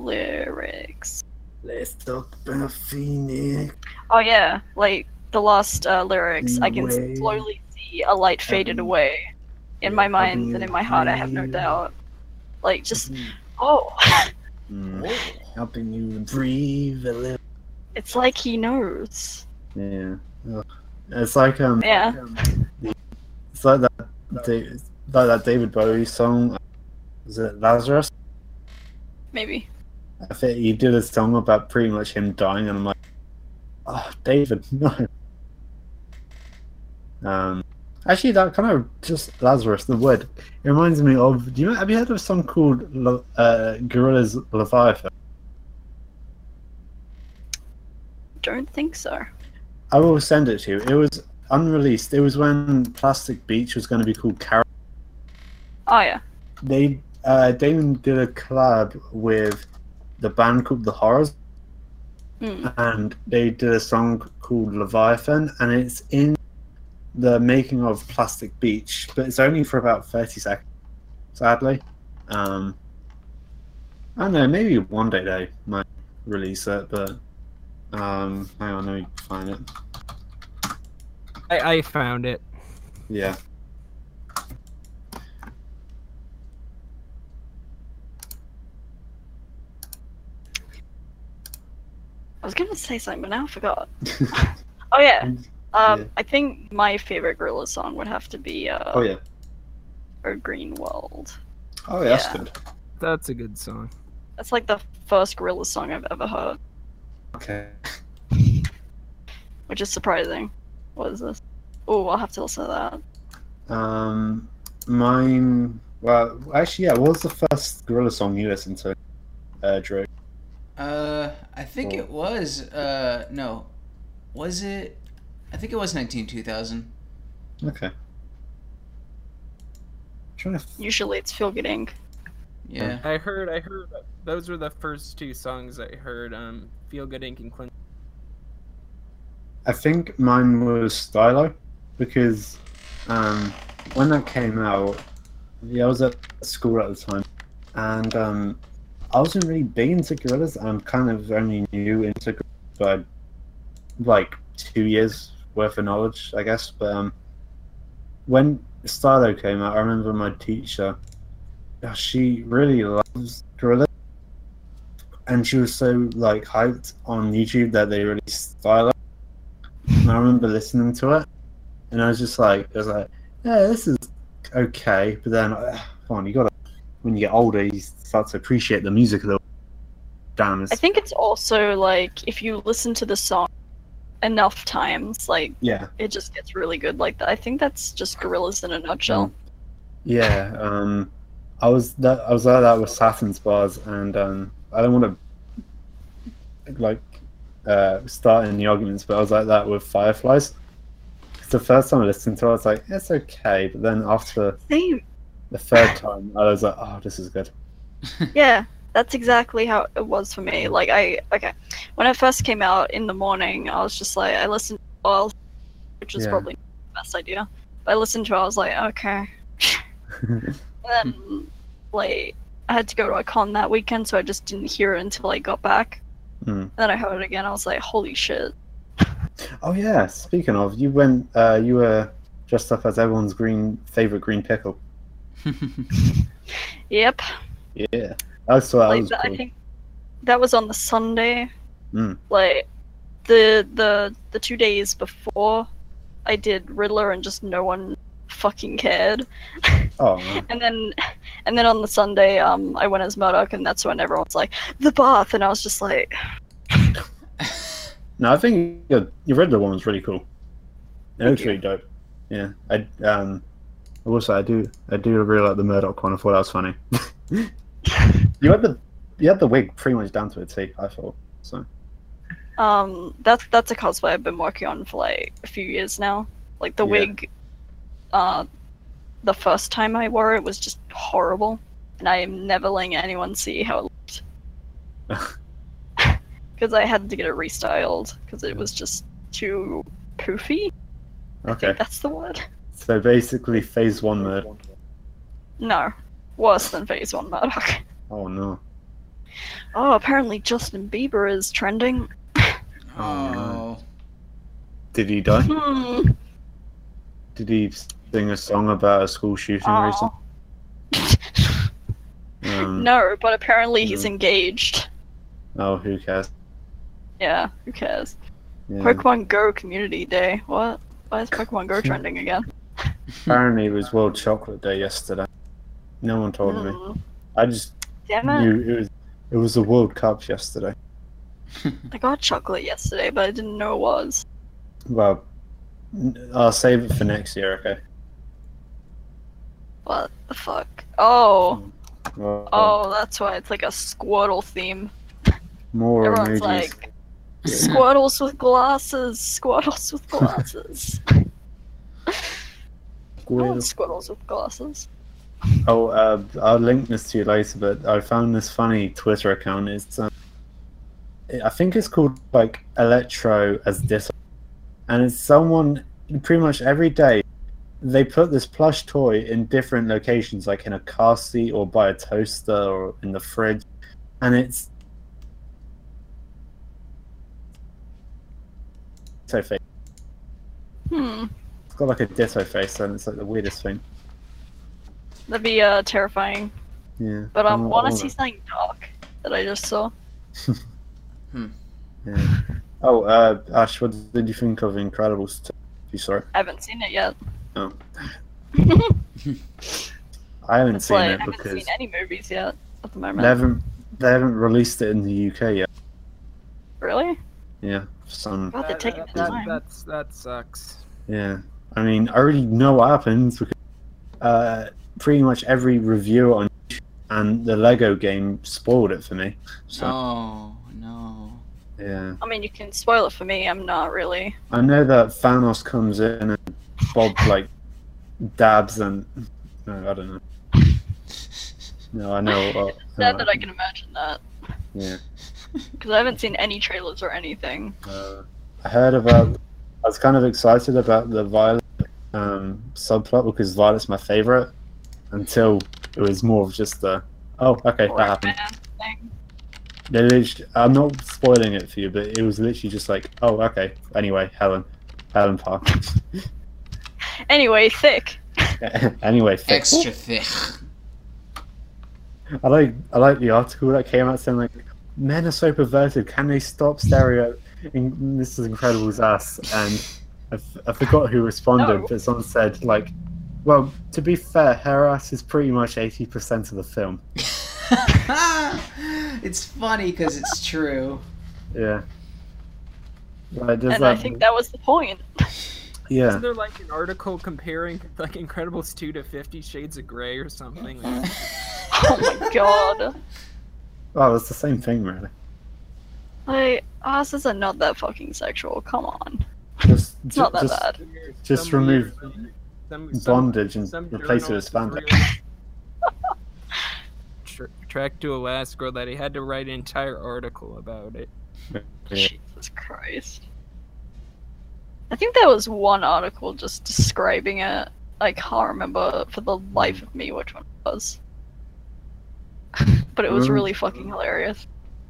[SPEAKER 7] Lyrics.
[SPEAKER 3] Let's talk about Phoenix.
[SPEAKER 7] Oh yeah, like the last uh, lyrics, I can
[SPEAKER 3] Away.
[SPEAKER 7] slowly see a light faded
[SPEAKER 3] Heaven.
[SPEAKER 7] away in my
[SPEAKER 3] Yeah,
[SPEAKER 7] mind
[SPEAKER 3] heaven
[SPEAKER 7] and in
[SPEAKER 3] is
[SPEAKER 7] my heart. I have no
[SPEAKER 3] near.
[SPEAKER 7] doubt. Like just
[SPEAKER 3] Mm-hmm.
[SPEAKER 7] oh,
[SPEAKER 3] Mm, helping you breathe a little.
[SPEAKER 7] it's like he knows.
[SPEAKER 3] Yeah. Ugh. It's like um
[SPEAKER 7] Yeah.
[SPEAKER 3] it's like that Da- like that David Bowie song uh, is it Lazarus?
[SPEAKER 7] Maybe.
[SPEAKER 3] I think he did a song about pretty much him dying and I'm like Oh David, (laughs) no. Um actually that kind of just Lazarus, the word. It reminds me of do you know have you heard of a song called Le- uh Gorilla's Leviathan?
[SPEAKER 7] Don't think so.
[SPEAKER 3] I will send it to you. It was unreleased. It was when Plastic Beach was gonna be called Carol
[SPEAKER 7] Oh yeah.
[SPEAKER 3] they uh, Damon did a collab with the band called The Horrors,
[SPEAKER 7] Hmm.
[SPEAKER 3] and they did a song called Leviathan, and it's in the making of Plastic Beach, but it's only for about thirty seconds, sadly. Um, I don't know. Maybe one day they might release it, but um, hang on, let me find it.
[SPEAKER 4] I, I found it.
[SPEAKER 3] Yeah.
[SPEAKER 7] I was gonna say something, but now
[SPEAKER 3] (laughs)
[SPEAKER 7] I forgot. oh yeah. Um,
[SPEAKER 3] Yeah.
[SPEAKER 7] I think my favorite Gorilla song would have to be uh,
[SPEAKER 3] Oh yeah.
[SPEAKER 7] "O Green World."
[SPEAKER 3] Oh yeah, that's
[SPEAKER 7] Yeah.
[SPEAKER 3] good.
[SPEAKER 4] That's a good song.
[SPEAKER 7] That's like the first Gorilla song I've ever heard,
[SPEAKER 3] Okay.
[SPEAKER 7] which is surprising. What is this? Oh, I'll have to listen to that.
[SPEAKER 3] Um, mine. Well, actually, yeah. What was the first gorilla song you listened to, uh, Drew?
[SPEAKER 5] Uh, I think
[SPEAKER 3] Cool.
[SPEAKER 5] it was. Uh, no, was it? I think it was nineteen two thousand.
[SPEAKER 3] Okay. trying to.
[SPEAKER 7] Usually it's Feel Good Inc.
[SPEAKER 5] Yeah.
[SPEAKER 4] I heard, I heard, those were the first two songs I heard. Um, Feel Good Ink and Clint.
[SPEAKER 3] I think mine was Stylo, because um, when that came out, yeah, I was at school at the time, and um, I wasn't really big into gorillas. I'm kind of only new into gorillas by like two years worth of knowledge, I guess. But um, when Stylo came out, I remember my teacher. uh, She really loves gorillas, and she was so like hyped on YouTube that they released Stylo. And I remember listening to it, and I was just like, I was like, yeah, this is okay. But then, uh, come on, you gotta, when you get older, you start to appreciate the music a little. Damn, it's,
[SPEAKER 7] I think it's also like if you listen to the song enough times, like
[SPEAKER 3] yeah,
[SPEAKER 7] it just gets really good. Like that. I think that's just Gorillas in a nutshell.
[SPEAKER 3] Mm. yeah. Um, I was that I was like that with Saturn's bars, and um, I don't want to like uh, start any arguments, but I was like that with Fireflies. 'Cause The first time I listened to it, I was like, it's okay. But then after
[SPEAKER 7] Same.
[SPEAKER 3] the third time, I was like, oh, this is good.
[SPEAKER 7] Yeah, that's exactly how it was for me. Like I okay, when it first came out in the morning, I was just like I listened to oil, which was
[SPEAKER 3] Yeah.
[SPEAKER 7] probably the best idea. But I listened to it, I was like okay. and then like I had to go to a con that weekend, so I just didn't hear it until I got back.
[SPEAKER 3] Hmm.
[SPEAKER 7] And then I heard it again. I was like, holy shit!
[SPEAKER 3] Oh yeah, speaking of, you went uh you were dressed up as everyone's green favorite green pickle.
[SPEAKER 5] (laughs)
[SPEAKER 7] Yep.
[SPEAKER 3] Yeah. I saw that
[SPEAKER 7] like
[SPEAKER 3] was
[SPEAKER 7] that, I
[SPEAKER 3] cool.
[SPEAKER 7] think that was on the Sunday.
[SPEAKER 3] Mm.
[SPEAKER 7] Like the the the two days before, I did Riddler and just no one fucking cared.
[SPEAKER 3] Oh man.
[SPEAKER 7] And then (laughs) and then on the Sunday, um, I went as Murdoch, and that's when everyone's like the bath, and I was just like,
[SPEAKER 3] No, I think your your Riddler one was really cool. It
[SPEAKER 7] Thank
[SPEAKER 3] looks
[SPEAKER 7] you.
[SPEAKER 3] really dope. Yeah. I um also I do I do really like the Murdoch one, I thought that was funny. (laughs) you had the you had the wig pretty much down to a T, I thought. So
[SPEAKER 7] um, that's that's a cosplay I've been working on for like a few years now. Like the
[SPEAKER 3] Yeah.
[SPEAKER 7] wig, uh, the first time I wore it was just horrible, and I am never letting anyone see how it looked. (laughs) Because I had to get it restyled because it was just too poofy.
[SPEAKER 3] Okay.
[SPEAKER 7] That's the word.
[SPEAKER 3] So basically phase one Murdoch.
[SPEAKER 7] No, worse than Phase One Murdoch.
[SPEAKER 3] Oh no.
[SPEAKER 7] Oh, apparently Justin Bieber is trending.
[SPEAKER 5] oh.
[SPEAKER 3] Did he
[SPEAKER 7] (laughs)
[SPEAKER 3] die?
[SPEAKER 7] Hmm.
[SPEAKER 3] Did he sing a song about a school shooting
[SPEAKER 7] Aw.
[SPEAKER 3] recently? Um,
[SPEAKER 7] Ah. (laughs) No, but apparently he's
[SPEAKER 3] Mm.
[SPEAKER 7] engaged.
[SPEAKER 3] Oh, who cares?
[SPEAKER 7] Yeah, who cares?
[SPEAKER 3] Yeah.
[SPEAKER 7] Pokemon Go Community Day. What? Why
[SPEAKER 3] (laughs)
[SPEAKER 7] is Pokemon Go trending again?
[SPEAKER 3] Apparently, it was World Chocolate Day yesterday. No one told me.
[SPEAKER 7] Mm.
[SPEAKER 3] I just
[SPEAKER 7] Damn it.
[SPEAKER 3] knew it was it was the World Cup yesterday.
[SPEAKER 7] I got chocolate yesterday, but I didn't know it was.
[SPEAKER 3] Well, n- I'll save it for next year. Okay.
[SPEAKER 7] What the fuck? Oh.
[SPEAKER 3] Well,
[SPEAKER 7] Oh, that's why it's like a Squirtle theme.
[SPEAKER 3] more emojis.
[SPEAKER 7] Everyone's like, Squirtles with glasses,
[SPEAKER 3] (laughs)
[SPEAKER 7] Squirtles with glasses. I want
[SPEAKER 3] Squirtle.
[SPEAKER 7] Squirtles with glasses.
[SPEAKER 3] Oh, uh, I'll link this to you later, but I found this funny Twitter account. It's, um, I think it's called like Electro as this, and it's someone pretty much every day. They put this plush toy in different locations, like in a car seat or by a toaster or in the fridge, and it's so fake.
[SPEAKER 7] Hmm.
[SPEAKER 3] It's got like a ditto face, and it's like the weirdest thing.
[SPEAKER 7] That'd be uh, terrifying.
[SPEAKER 3] Yeah.
[SPEAKER 7] But um, I
[SPEAKER 3] I'm
[SPEAKER 7] want
[SPEAKER 3] all
[SPEAKER 7] to see something dark that I just saw.
[SPEAKER 3] Yeah. Oh, uh, Ash, what did you think of Incredibles 2? You saw it?
[SPEAKER 7] I haven't seen it yet. (laughs)
[SPEAKER 3] Oh. I haven't
[SPEAKER 7] It's
[SPEAKER 3] seen
[SPEAKER 7] like
[SPEAKER 3] it
[SPEAKER 7] I haven't
[SPEAKER 3] because
[SPEAKER 7] seen any movies yet at the moment.
[SPEAKER 3] they haven't they haven't released it in the UK yet.
[SPEAKER 7] Really?
[SPEAKER 3] Yeah, for some
[SPEAKER 7] God, they're taking
[SPEAKER 4] that,
[SPEAKER 7] their
[SPEAKER 4] that-
[SPEAKER 7] time.
[SPEAKER 4] that's that sucks.
[SPEAKER 3] yeah. I mean, I already know what happens because uh, pretty much every reviewer on YouTube and the Lego game spoiled it for me. So
[SPEAKER 5] Oh no.
[SPEAKER 7] Oh.
[SPEAKER 3] yeah,
[SPEAKER 7] I mean, you can spoil it for me. I'm not really.
[SPEAKER 3] I know that Thanos comes in and Bob like dabs and no, I don't know. No, I know.
[SPEAKER 7] (laughs)
[SPEAKER 3] what-
[SPEAKER 7] Sad that I can imagine that
[SPEAKER 3] Yeah.
[SPEAKER 7] because I haven't seen any trailers or anything.
[SPEAKER 3] Uh, I heard about. I was kind of excited about the Violet um, subplot because Violet's my favorite. Until it was more of just the oh okay that
[SPEAKER 7] Or
[SPEAKER 3] happened.
[SPEAKER 7] Batman thing.
[SPEAKER 3] They literally- I'm not spoiling it for you, but it was literally just like oh okay anyway Helen, Helen Park.
[SPEAKER 7] Anyway, thick.
[SPEAKER 3] (laughs) anyway, fix.
[SPEAKER 5] Extra thick.
[SPEAKER 3] I like I like the article that came out saying like men are so perverted. Can they stop stereo? In, this is Incredibles us and I, f- I forgot who responded,
[SPEAKER 7] No.
[SPEAKER 3] but someone said like, well, to be fair, her ass is pretty much eighty percent of the film.
[SPEAKER 5] (laughs) it's funny because it's true.
[SPEAKER 3] Yeah. Like, does
[SPEAKER 7] and I
[SPEAKER 3] that,
[SPEAKER 7] think that was the point.
[SPEAKER 4] Isn't
[SPEAKER 3] yeah.
[SPEAKER 4] there like an article comparing like Incredibles two to Fifty Shades of Grey or something? Like,
[SPEAKER 7] Oh
[SPEAKER 3] (laughs)
[SPEAKER 7] my god.
[SPEAKER 3] Well, it's the same thing really.
[SPEAKER 7] Like, asses are not that fucking sexual. Come on.
[SPEAKER 3] Just
[SPEAKER 7] It's not that
[SPEAKER 3] just
[SPEAKER 7] bad.
[SPEAKER 3] just
[SPEAKER 4] some
[SPEAKER 3] remove
[SPEAKER 4] weird- some- some-
[SPEAKER 3] bondage and
[SPEAKER 4] some
[SPEAKER 3] replace it with
[SPEAKER 4] journalist
[SPEAKER 3] spandex.
[SPEAKER 4] is really- Tra- Tracked to Alaska that he had to write an entire article about it.
[SPEAKER 3] Yeah.
[SPEAKER 7] Jesus Christ. I think there was one article just describing it. I can't remember for the life of me which one it was. (laughs) but it was
[SPEAKER 3] Mm.
[SPEAKER 7] really fucking hilarious.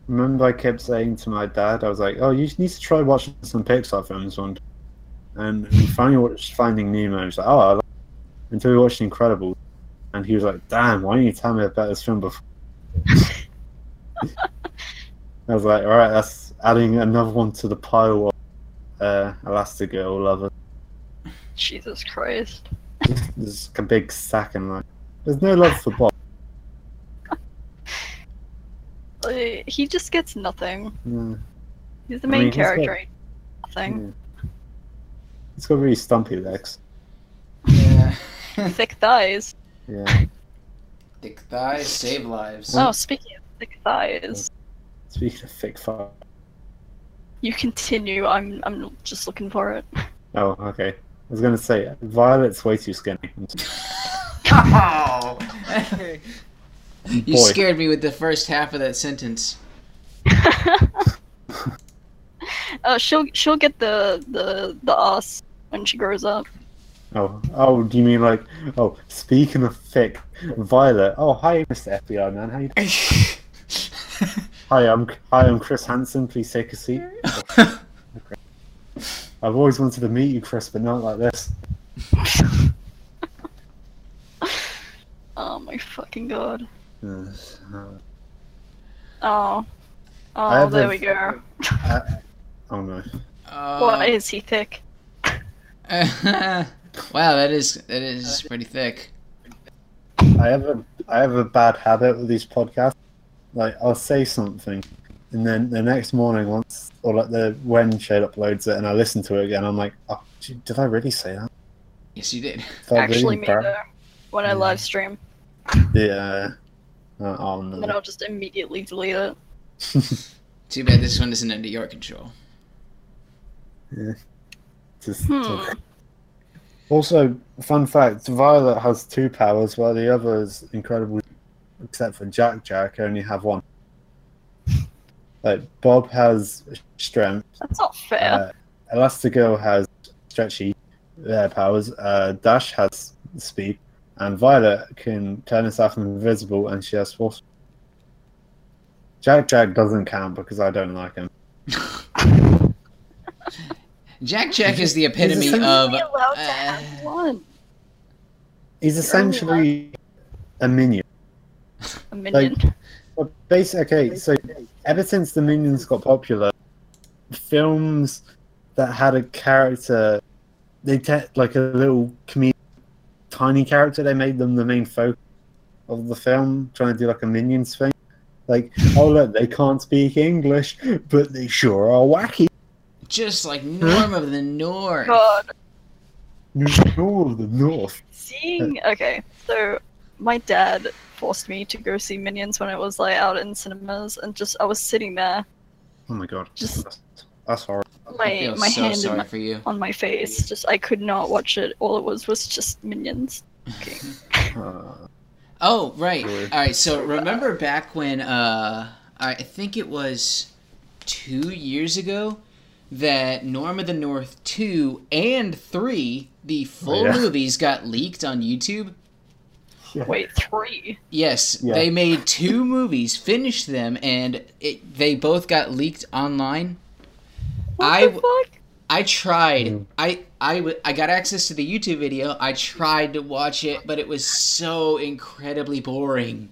[SPEAKER 3] Remember, I kept saying to my dad, I was like, "Oh, you need to try watching some Pixar films one." day." And we finally watched Finding Nemo. I was like, "Oh," I like it." until we watched Incredible, and he was like, "Damn, why didn't you tell me about this film before?" (laughs) I was like, "All right, that's adding another one to the pile of uh, Elastigirl lovers."
[SPEAKER 7] Jesus Christ.
[SPEAKER 3] There's like a big sack and like, there's no love for Bob.
[SPEAKER 7] Like, he just gets nothing.
[SPEAKER 3] Yeah,
[SPEAKER 7] He's the
[SPEAKER 3] I
[SPEAKER 7] main
[SPEAKER 3] mean, he's got-
[SPEAKER 7] character. he gets Nothing.
[SPEAKER 3] yeah. It's got really stumpy legs.
[SPEAKER 5] Yeah.
[SPEAKER 3] Mm.
[SPEAKER 7] Thick thighs.
[SPEAKER 3] Yeah.
[SPEAKER 5] thick thighs save lives. (laughs)
[SPEAKER 3] Mm.
[SPEAKER 7] Oh, speaking of thick thighs,
[SPEAKER 3] Speaking of thick fire.
[SPEAKER 7] you continue. I'm I'm just looking for it.
[SPEAKER 3] Oh, okay. I was gonna say Violet's way too skinny.
[SPEAKER 5] you
[SPEAKER 3] Boy.
[SPEAKER 5] scared me with the first half of that sentence. (laughs)
[SPEAKER 7] (laughs) uh, she'll she'll get the the the ass when she grows up.
[SPEAKER 3] Oh, oh, do you mean like? Oh, speaking of thick, Violet. Oh, hi, Mr. FBI man. How you?
[SPEAKER 5] Uh,
[SPEAKER 3] Doing? Hi, I'm hi, I'm Chris Hansen. Please take a
[SPEAKER 5] (laughs)
[SPEAKER 3] seat. I've always wanted to meet you, Chris, but not like this.
[SPEAKER 7] Oh my fucking god.
[SPEAKER 3] Uh,
[SPEAKER 7] Oh.
[SPEAKER 3] I
[SPEAKER 7] Oh,
[SPEAKER 3] have
[SPEAKER 7] there
[SPEAKER 3] a-
[SPEAKER 7] we go.
[SPEAKER 3] oh no.
[SPEAKER 5] Uh,
[SPEAKER 7] What is he thick?
[SPEAKER 5] (laughs) wow, that is that is pretty thick.
[SPEAKER 3] I have a I have a bad habit with these podcasts. Like I'll say something, and then the next morning, once or like the when Shade uploads it, and I listen to it again, I'm like, oh, gee, did I really say that?
[SPEAKER 5] Yes, you did.
[SPEAKER 3] Did I really
[SPEAKER 7] Actually, me
[SPEAKER 3] embarrass-
[SPEAKER 7] though. When I
[SPEAKER 3] Yeah.
[SPEAKER 7] live stream,
[SPEAKER 3] Yeah. Uh, oh
[SPEAKER 7] and then
[SPEAKER 3] no.
[SPEAKER 7] I'll just immediately delete it.
[SPEAKER 5] Too bad this one isn't under your control.
[SPEAKER 3] Just
[SPEAKER 7] Hmm.
[SPEAKER 3] Also, fun fact: Violet has two powers, while the other is incredible, except for Jack. Jack only have one. Like Bob has strength.
[SPEAKER 7] That's not fair.
[SPEAKER 3] Uh, Elastigirl has stretchy their powers. Uh, Dash has speed, and Violet can turn herself invisible, and she has force. Jack Jack doesn't count because I don't like him.
[SPEAKER 5] Jack Jack is the epitome
[SPEAKER 3] Isn't
[SPEAKER 5] of.
[SPEAKER 7] Be allowed to
[SPEAKER 5] Uh,
[SPEAKER 7] have one.
[SPEAKER 3] He's essentially a minion. (laughs)
[SPEAKER 7] A minion.
[SPEAKER 3] Well, basically, okay, so ever since the Minions got popular, films that had a character, they te- like a little comedic, tiny character, they made them the main focus of the film, trying to do like a Minions thing. Like, oh look, they can't speak English, but they sure are wacky.
[SPEAKER 5] Just like Norm of the North.
[SPEAKER 7] God,
[SPEAKER 3] All of the North. (laughs)
[SPEAKER 7] seeing. Okay, so my dad forced me to go see Minions when it was like out in cinemas, and just I was sitting there,
[SPEAKER 3] Oh my god,
[SPEAKER 7] Just-
[SPEAKER 3] that's, that's horrible.
[SPEAKER 5] I
[SPEAKER 7] my
[SPEAKER 5] feel
[SPEAKER 7] my
[SPEAKER 5] so
[SPEAKER 7] hand in
[SPEAKER 5] sorry
[SPEAKER 7] my,
[SPEAKER 5] for you.
[SPEAKER 7] on my face, just I could not watch it. All it was was just Minions.
[SPEAKER 3] (laughs) Uh,
[SPEAKER 5] Oh, right.
[SPEAKER 3] Really?
[SPEAKER 5] All right. So remember back when uh, I think it was two years ago that Norm of the North two and three, the full
[SPEAKER 3] Oh, yeah.
[SPEAKER 5] movies, got leaked on YouTube.
[SPEAKER 7] Wait, three.
[SPEAKER 5] Yes,
[SPEAKER 3] Yeah.
[SPEAKER 5] they made two (laughs) movies, finished them, and it, they both got leaked online.
[SPEAKER 7] What
[SPEAKER 5] I
[SPEAKER 7] the
[SPEAKER 5] w-
[SPEAKER 7] fuck?
[SPEAKER 5] I tried.
[SPEAKER 3] Mm.
[SPEAKER 5] I I w- I got access to the YouTube video. I tried to watch it, but it was so incredibly boring.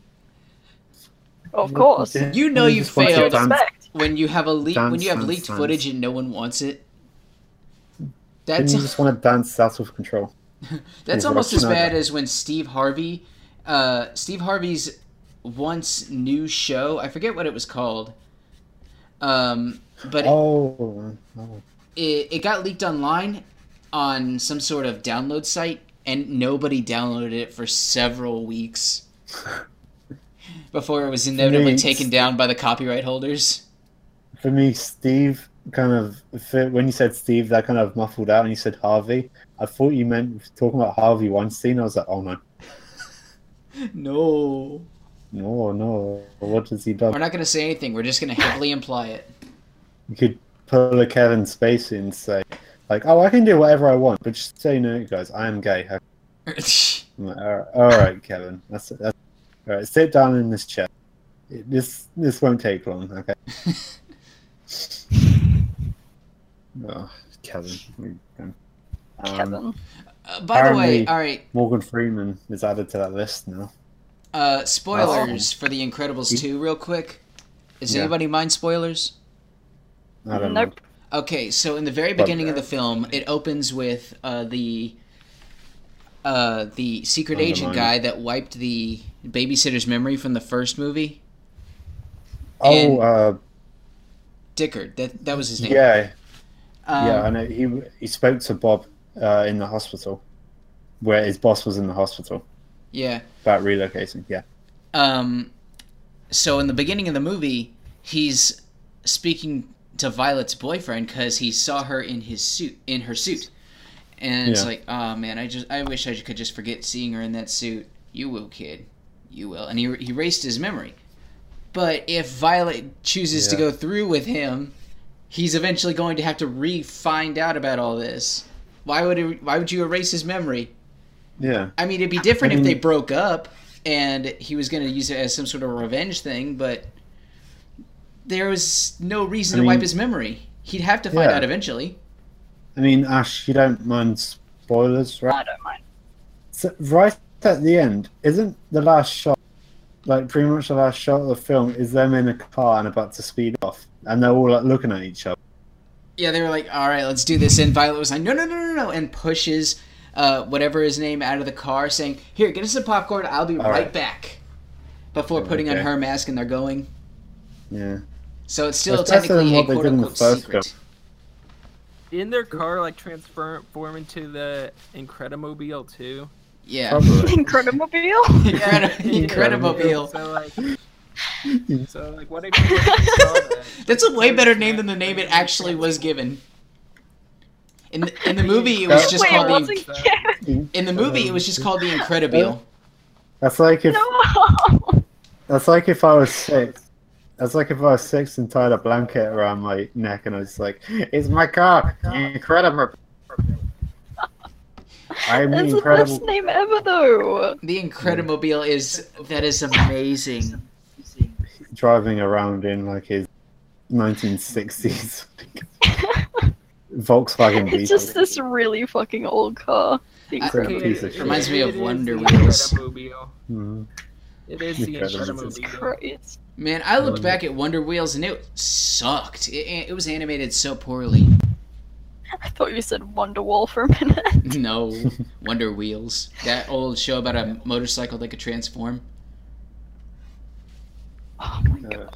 [SPEAKER 7] Of course.
[SPEAKER 5] You know you
[SPEAKER 3] just want to
[SPEAKER 5] failed.
[SPEAKER 3] dance
[SPEAKER 7] Respect.
[SPEAKER 5] When you have a leak, when
[SPEAKER 3] Dance,
[SPEAKER 5] you have
[SPEAKER 3] dance,
[SPEAKER 5] leaked
[SPEAKER 3] dance.
[SPEAKER 5] footage and no one wants it,
[SPEAKER 3] Didn't
[SPEAKER 5] that's
[SPEAKER 3] you just want to dance out of control?
[SPEAKER 5] that's
[SPEAKER 3] Yeah,
[SPEAKER 5] almost
[SPEAKER 3] that's
[SPEAKER 5] as
[SPEAKER 3] not-
[SPEAKER 5] bad as when Steve Harvey, uh, Steve Harvey's once new show. I forget what it was called. Um, but it-
[SPEAKER 3] Oh, oh.
[SPEAKER 5] it, it got leaked online on some sort of download site and nobody downloaded it for several
[SPEAKER 3] (laughs)
[SPEAKER 5] weeks before it was inevitably
[SPEAKER 3] Nice.
[SPEAKER 5] taken down by the copyright holders
[SPEAKER 3] for me, Steve kind of for, when you said Steve, that kind of muffled out, and you said Harvey. I thought you meant talking about Harvey Weinstein. I was like, oh no,
[SPEAKER 5] no
[SPEAKER 3] no, no. What has he done?
[SPEAKER 5] we're not going to say anything we're just going to heavily imply it (laughs)
[SPEAKER 3] You could pull a Kevin Spacey and say, like, oh, I can do whatever I want, but just say no, guys. I am gay. I'm like, all, right, all right, Kevin. That's, that's all right. Sit down in this chair. It, this this won't take long. Okay. oh, Kevin. Um,
[SPEAKER 7] Kevin.
[SPEAKER 5] Uh, by the way
[SPEAKER 3] Apparently-
[SPEAKER 5] all right
[SPEAKER 3] Morgan Freeman is added to that list now.
[SPEAKER 5] uh, spoilers for the incredibles 2 real quick does
[SPEAKER 3] Yeah.
[SPEAKER 5] anybody mind spoilers
[SPEAKER 3] I don't
[SPEAKER 7] Nope. (laughs)
[SPEAKER 5] Okay, so in the very
[SPEAKER 3] But-
[SPEAKER 5] beginning of the film, it opens with uh, the uh, the secret
[SPEAKER 3] Undermine.
[SPEAKER 5] agent guy that wiped the babysitter's memory from the first movie,
[SPEAKER 3] know. Oh,
[SPEAKER 5] And-
[SPEAKER 3] uh,
[SPEAKER 5] Dickard. That that was his name.
[SPEAKER 3] yeah,
[SPEAKER 5] um,
[SPEAKER 3] yeah. I know. He he spoke to Bob uh, in the hospital, where his boss was in the hospital
[SPEAKER 5] yeah.
[SPEAKER 3] about relocating. Yeah,
[SPEAKER 5] Um, so in the beginning of the movie, he's speaking to Violet's boyfriend because he saw her in his suit, in her suit, and it's
[SPEAKER 3] Yeah.
[SPEAKER 5] like, oh man, I just, I wish I could just forget seeing her in that suit. You will, kid, you will. And he he erased his memory. But if Violet chooses to
[SPEAKER 3] Yeah.
[SPEAKER 5] go through with him, he's eventually going to have to re-find out about all this. Why would it, why would you erase his memory?
[SPEAKER 3] yeah.
[SPEAKER 5] I mean, it'd be different if they
[SPEAKER 3] mean-
[SPEAKER 5] broke up and he was going to use it as some sort of revenge thing, but there was no reason
[SPEAKER 3] I
[SPEAKER 5] to wipe
[SPEAKER 3] mean-
[SPEAKER 5] his memory. He'd have to find
[SPEAKER 3] Yeah.
[SPEAKER 5] out eventually.
[SPEAKER 3] I mean, Ash, you don't mind spoilers, right?
[SPEAKER 7] I don't mind.
[SPEAKER 3] So right at the end, isn't the last shot, like pretty much the last shot of the film, is them in a car and about to speed off, and they're all like looking at each other.
[SPEAKER 5] Yeah, they were like, all right, let's do this. And Violet was like, no, no, no, no, no, and pushes uh, whatever his name out of the car, saying, here, get us some popcorn. I'll be
[SPEAKER 3] All
[SPEAKER 5] right,
[SPEAKER 3] right.
[SPEAKER 5] back. Before putting on
[SPEAKER 3] Okay.
[SPEAKER 5] her mask and they're going.
[SPEAKER 3] Yeah.
[SPEAKER 5] So it's still
[SPEAKER 3] That's better than
[SPEAKER 5] technically a
[SPEAKER 3] what they did
[SPEAKER 5] quote
[SPEAKER 3] in the
[SPEAKER 5] unquote
[SPEAKER 3] first
[SPEAKER 5] secret.
[SPEAKER 4] In their car, like transform into the Incredimobile too.
[SPEAKER 5] Yeah.
[SPEAKER 3] Probably.
[SPEAKER 7] (laughs)
[SPEAKER 3] (laughs)
[SPEAKER 5] (laughs)
[SPEAKER 7] Incredimobile.
[SPEAKER 5] Incredi- Incredimobile.
[SPEAKER 4] So like, so like, what if you saw that?
[SPEAKER 5] That's a way better name than the name it actually was given. In the, in the movie, it was just
[SPEAKER 7] Wait,
[SPEAKER 5] called
[SPEAKER 7] what's
[SPEAKER 5] the
[SPEAKER 7] a cat?
[SPEAKER 5] in the movie it was just called the Incredible.
[SPEAKER 3] That's like
[SPEAKER 7] (laughs)
[SPEAKER 3] if
[SPEAKER 7] No!
[SPEAKER 3] that's like if I was six. That's like if I was six and tied a blanket around my neck and I was like, "It's my car, incredible." I'm the
[SPEAKER 7] That's the
[SPEAKER 3] incredible.
[SPEAKER 7] best name ever,
[SPEAKER 3] (laughs)
[SPEAKER 7] though.
[SPEAKER 5] The Incredimobile is that is amazing.
[SPEAKER 3] driving around in like his 1960s
[SPEAKER 7] (laughs)
[SPEAKER 3] Volkswagen Beetle.
[SPEAKER 7] It's just this really fucking old car. The
[SPEAKER 5] I-
[SPEAKER 3] Incredible
[SPEAKER 7] Incredible
[SPEAKER 3] piece of shit.
[SPEAKER 5] Reminds me of
[SPEAKER 4] It is
[SPEAKER 5] Wonder
[SPEAKER 4] the
[SPEAKER 5] Wheels.
[SPEAKER 4] Incredimobile.
[SPEAKER 7] (laughs)
[SPEAKER 3] Mhm.
[SPEAKER 4] It is the
[SPEAKER 3] Incredible.
[SPEAKER 4] Incredimobile.
[SPEAKER 7] Christ.
[SPEAKER 5] Man, I looked back at Wonder Wheels and it sucked. It, it was animated so poorly. (laughs)
[SPEAKER 7] I thought you said Wonderwall for a minute. (laughs)
[SPEAKER 5] No, Wonder Wheels. That old show about a motorcycle that could transform. (laughs)
[SPEAKER 7] Oh my god.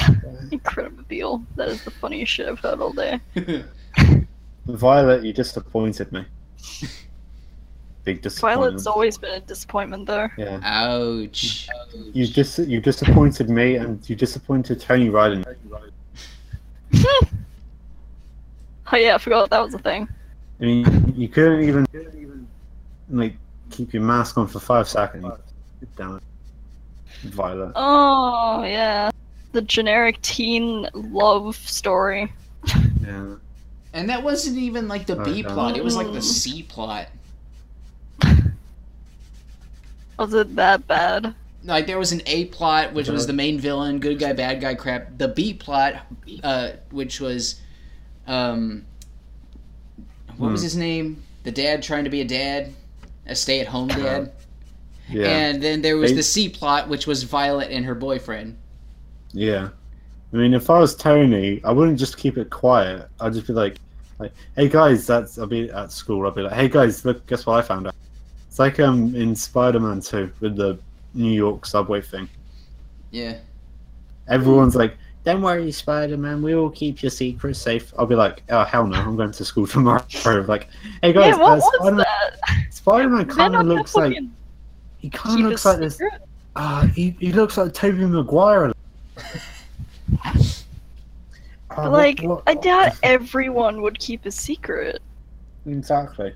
[SPEAKER 3] Uh,
[SPEAKER 7] Incredible. That is the funniest shit I've heard all day.
[SPEAKER 3] Violet, you disappointed me. Big disappointment.
[SPEAKER 7] Violet's always been a disappointment, though.
[SPEAKER 3] yeah.
[SPEAKER 5] Ouch.
[SPEAKER 3] You just you disappointed me, and you disappointed Tony Ryden.
[SPEAKER 7] (laughs) Oh yeah, I forgot that was a thing.
[SPEAKER 3] I mean, you couldn't even like keep your mask on for five seconds. Damn it, Violet.
[SPEAKER 7] Oh yeah, the generic teen love story.
[SPEAKER 3] Yeah.
[SPEAKER 5] And that wasn't even like the
[SPEAKER 3] Oh,
[SPEAKER 5] B
[SPEAKER 3] God.
[SPEAKER 5] plot, it was
[SPEAKER 7] (laughs)
[SPEAKER 5] like the
[SPEAKER 7] Mm.
[SPEAKER 5] C plot.
[SPEAKER 7] Was it that bad?
[SPEAKER 5] Like there was an A plot, which was the main villain, good guy, bad guy crap. The B plot, uh, which was, um, what was
[SPEAKER 3] Hmm.
[SPEAKER 5] his name? The dad trying to be a dad, a stay-at-home dad.
[SPEAKER 3] Uh-huh. Yeah.
[SPEAKER 5] And then there was
[SPEAKER 3] They-
[SPEAKER 5] the C plot, which was Violet and her boyfriend.
[SPEAKER 3] Yeah. I mean, if I was Tony, I wouldn't just keep it quiet. I'd just be like, like hey guys, that's. I'll be at school. I'll be like, hey guys, look, guess what I found out. It's like um in Spider-Man 2 with the New York subway thing.
[SPEAKER 5] Yeah.
[SPEAKER 3] Everyone's like, don't worry, Spider-Man, we will keep your secret safe. I'll be like, oh hell no, I'm going to school (laughs) tomorrow. like, hey guys,
[SPEAKER 7] yeah, what
[SPEAKER 3] uh,
[SPEAKER 7] was
[SPEAKER 3] Spider-Man,
[SPEAKER 7] that?
[SPEAKER 3] Spider-Man
[SPEAKER 7] Men
[SPEAKER 3] kind
[SPEAKER 7] are
[SPEAKER 3] of
[SPEAKER 7] not
[SPEAKER 3] looks like
[SPEAKER 7] fucking
[SPEAKER 3] he kind
[SPEAKER 7] keep
[SPEAKER 3] of
[SPEAKER 7] a
[SPEAKER 3] looks like this.
[SPEAKER 7] secret.
[SPEAKER 3] Ah, he, he looks like Toby Maguire. (laughs) Ah, what-
[SPEAKER 7] Like,
[SPEAKER 3] what-
[SPEAKER 7] I doubt everyone would keep a secret.
[SPEAKER 3] Exactly.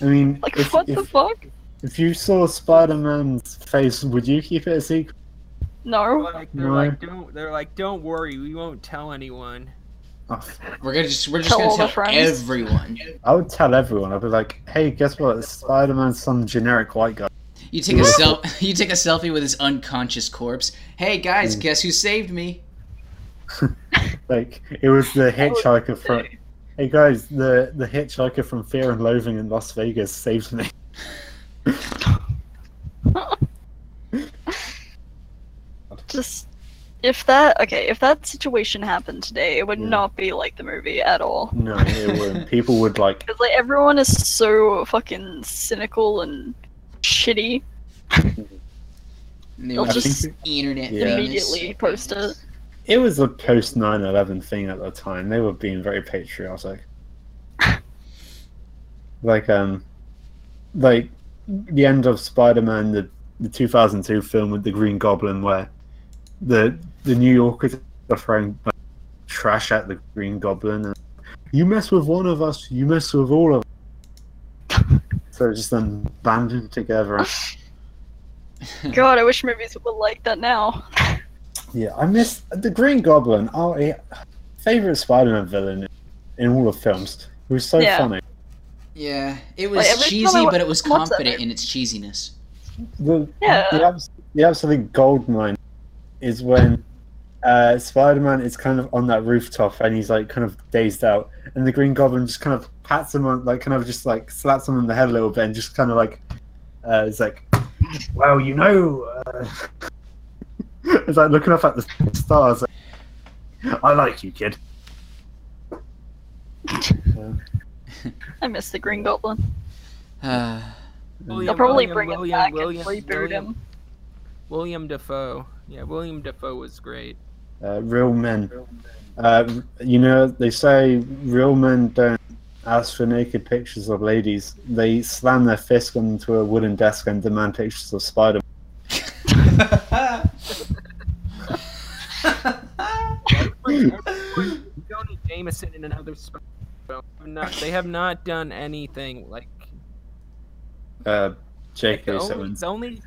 [SPEAKER 3] I mean,
[SPEAKER 7] Like,
[SPEAKER 3] if,
[SPEAKER 7] what the
[SPEAKER 3] if,
[SPEAKER 7] fuck?
[SPEAKER 3] if you saw Spider Man's face, would you keep it a secret? (laughs)
[SPEAKER 7] No.
[SPEAKER 4] Like, they're
[SPEAKER 3] No.
[SPEAKER 4] like, don't. They're like, don't worry, we won't tell anyone.
[SPEAKER 3] Oh,
[SPEAKER 5] We're gonna just we're just
[SPEAKER 7] Tell all
[SPEAKER 5] gonna
[SPEAKER 7] the
[SPEAKER 5] tell
[SPEAKER 7] friends.
[SPEAKER 5] everyone.
[SPEAKER 3] I would tell everyone. I'd be like, hey, guess what? Spider Man's some generic white guy.
[SPEAKER 5] You take a sel- (laughs) you take a selfie with his unconscious corpse. Hey guys,
[SPEAKER 3] Hmm.
[SPEAKER 5] guess who saved me?
[SPEAKER 3] Like, it was the hitchhiker from. Hey guys, the, the hitchhiker from Fear and Loathing in Las Vegas saved me. (laughs)
[SPEAKER 7] Just if that okay, if that situation happened today, it would
[SPEAKER 3] Yeah.
[SPEAKER 7] not be like the movie at all.
[SPEAKER 3] No, it wouldn't. People would like.
[SPEAKER 7] Because like everyone is so fucking cynical and shitty.
[SPEAKER 5] And they
[SPEAKER 7] They'll
[SPEAKER 5] were
[SPEAKER 7] (laughs) just
[SPEAKER 5] just internet
[SPEAKER 3] Yeah.
[SPEAKER 5] famous.
[SPEAKER 7] Immediately post it.
[SPEAKER 3] It was a post 9 11 thing at the time. They were being very patriotic. like, um, like the end of Spider Man, the, the 2002 film with the Green Goblin, where the the New Yorkers are throwing like, trash at the Green Goblin. And, you mess with one of us, you mess with all of us. so just them banding together.
[SPEAKER 7] God, I wish movies were like that now.
[SPEAKER 3] Yeah, I miss the Green Goblin. Our yeah, favorite Spider-Man villain in all of films. He was so
[SPEAKER 7] Yeah.
[SPEAKER 3] funny.
[SPEAKER 5] Yeah, it was
[SPEAKER 7] Like, every time I
[SPEAKER 5] cheesy,
[SPEAKER 7] wa-
[SPEAKER 5] but it was
[SPEAKER 7] watch that
[SPEAKER 5] confident
[SPEAKER 7] movie-
[SPEAKER 5] in its cheesiness.
[SPEAKER 3] The,
[SPEAKER 7] Yeah.
[SPEAKER 3] the, abs- the absolute gold mine is when uh, Spider-Man is kind of on that rooftop and he's like kind of dazed out, and the Green Goblin just kind of pats him on, like kind of just like slaps him on the head a little bit, and just kind of like uh, it's like, well, you know, uh... (laughs) it's like looking up at the stars. Like, I like you, kid.
[SPEAKER 7] I miss the Green Goblin.
[SPEAKER 5] Uh,
[SPEAKER 7] They'll
[SPEAKER 4] William-
[SPEAKER 7] probably
[SPEAKER 4] William-
[SPEAKER 7] bring him
[SPEAKER 4] William-
[SPEAKER 7] back
[SPEAKER 4] William-
[SPEAKER 7] and reboot
[SPEAKER 4] William-
[SPEAKER 7] him.
[SPEAKER 4] William Defoe. Yeah, William Defoe was great.
[SPEAKER 3] Uh, real men. Uh, you know, they say real men don't ask for naked pictures of ladies. They slam their fist onto a wooden desk and demand pictures of Spider.
[SPEAKER 4] Put Tony Jameson in another spot. Not, they have not done anything like
[SPEAKER 3] Uh, Jake
[SPEAKER 4] the
[SPEAKER 3] goes
[SPEAKER 4] only,
[SPEAKER 3] seven.
[SPEAKER 4] the only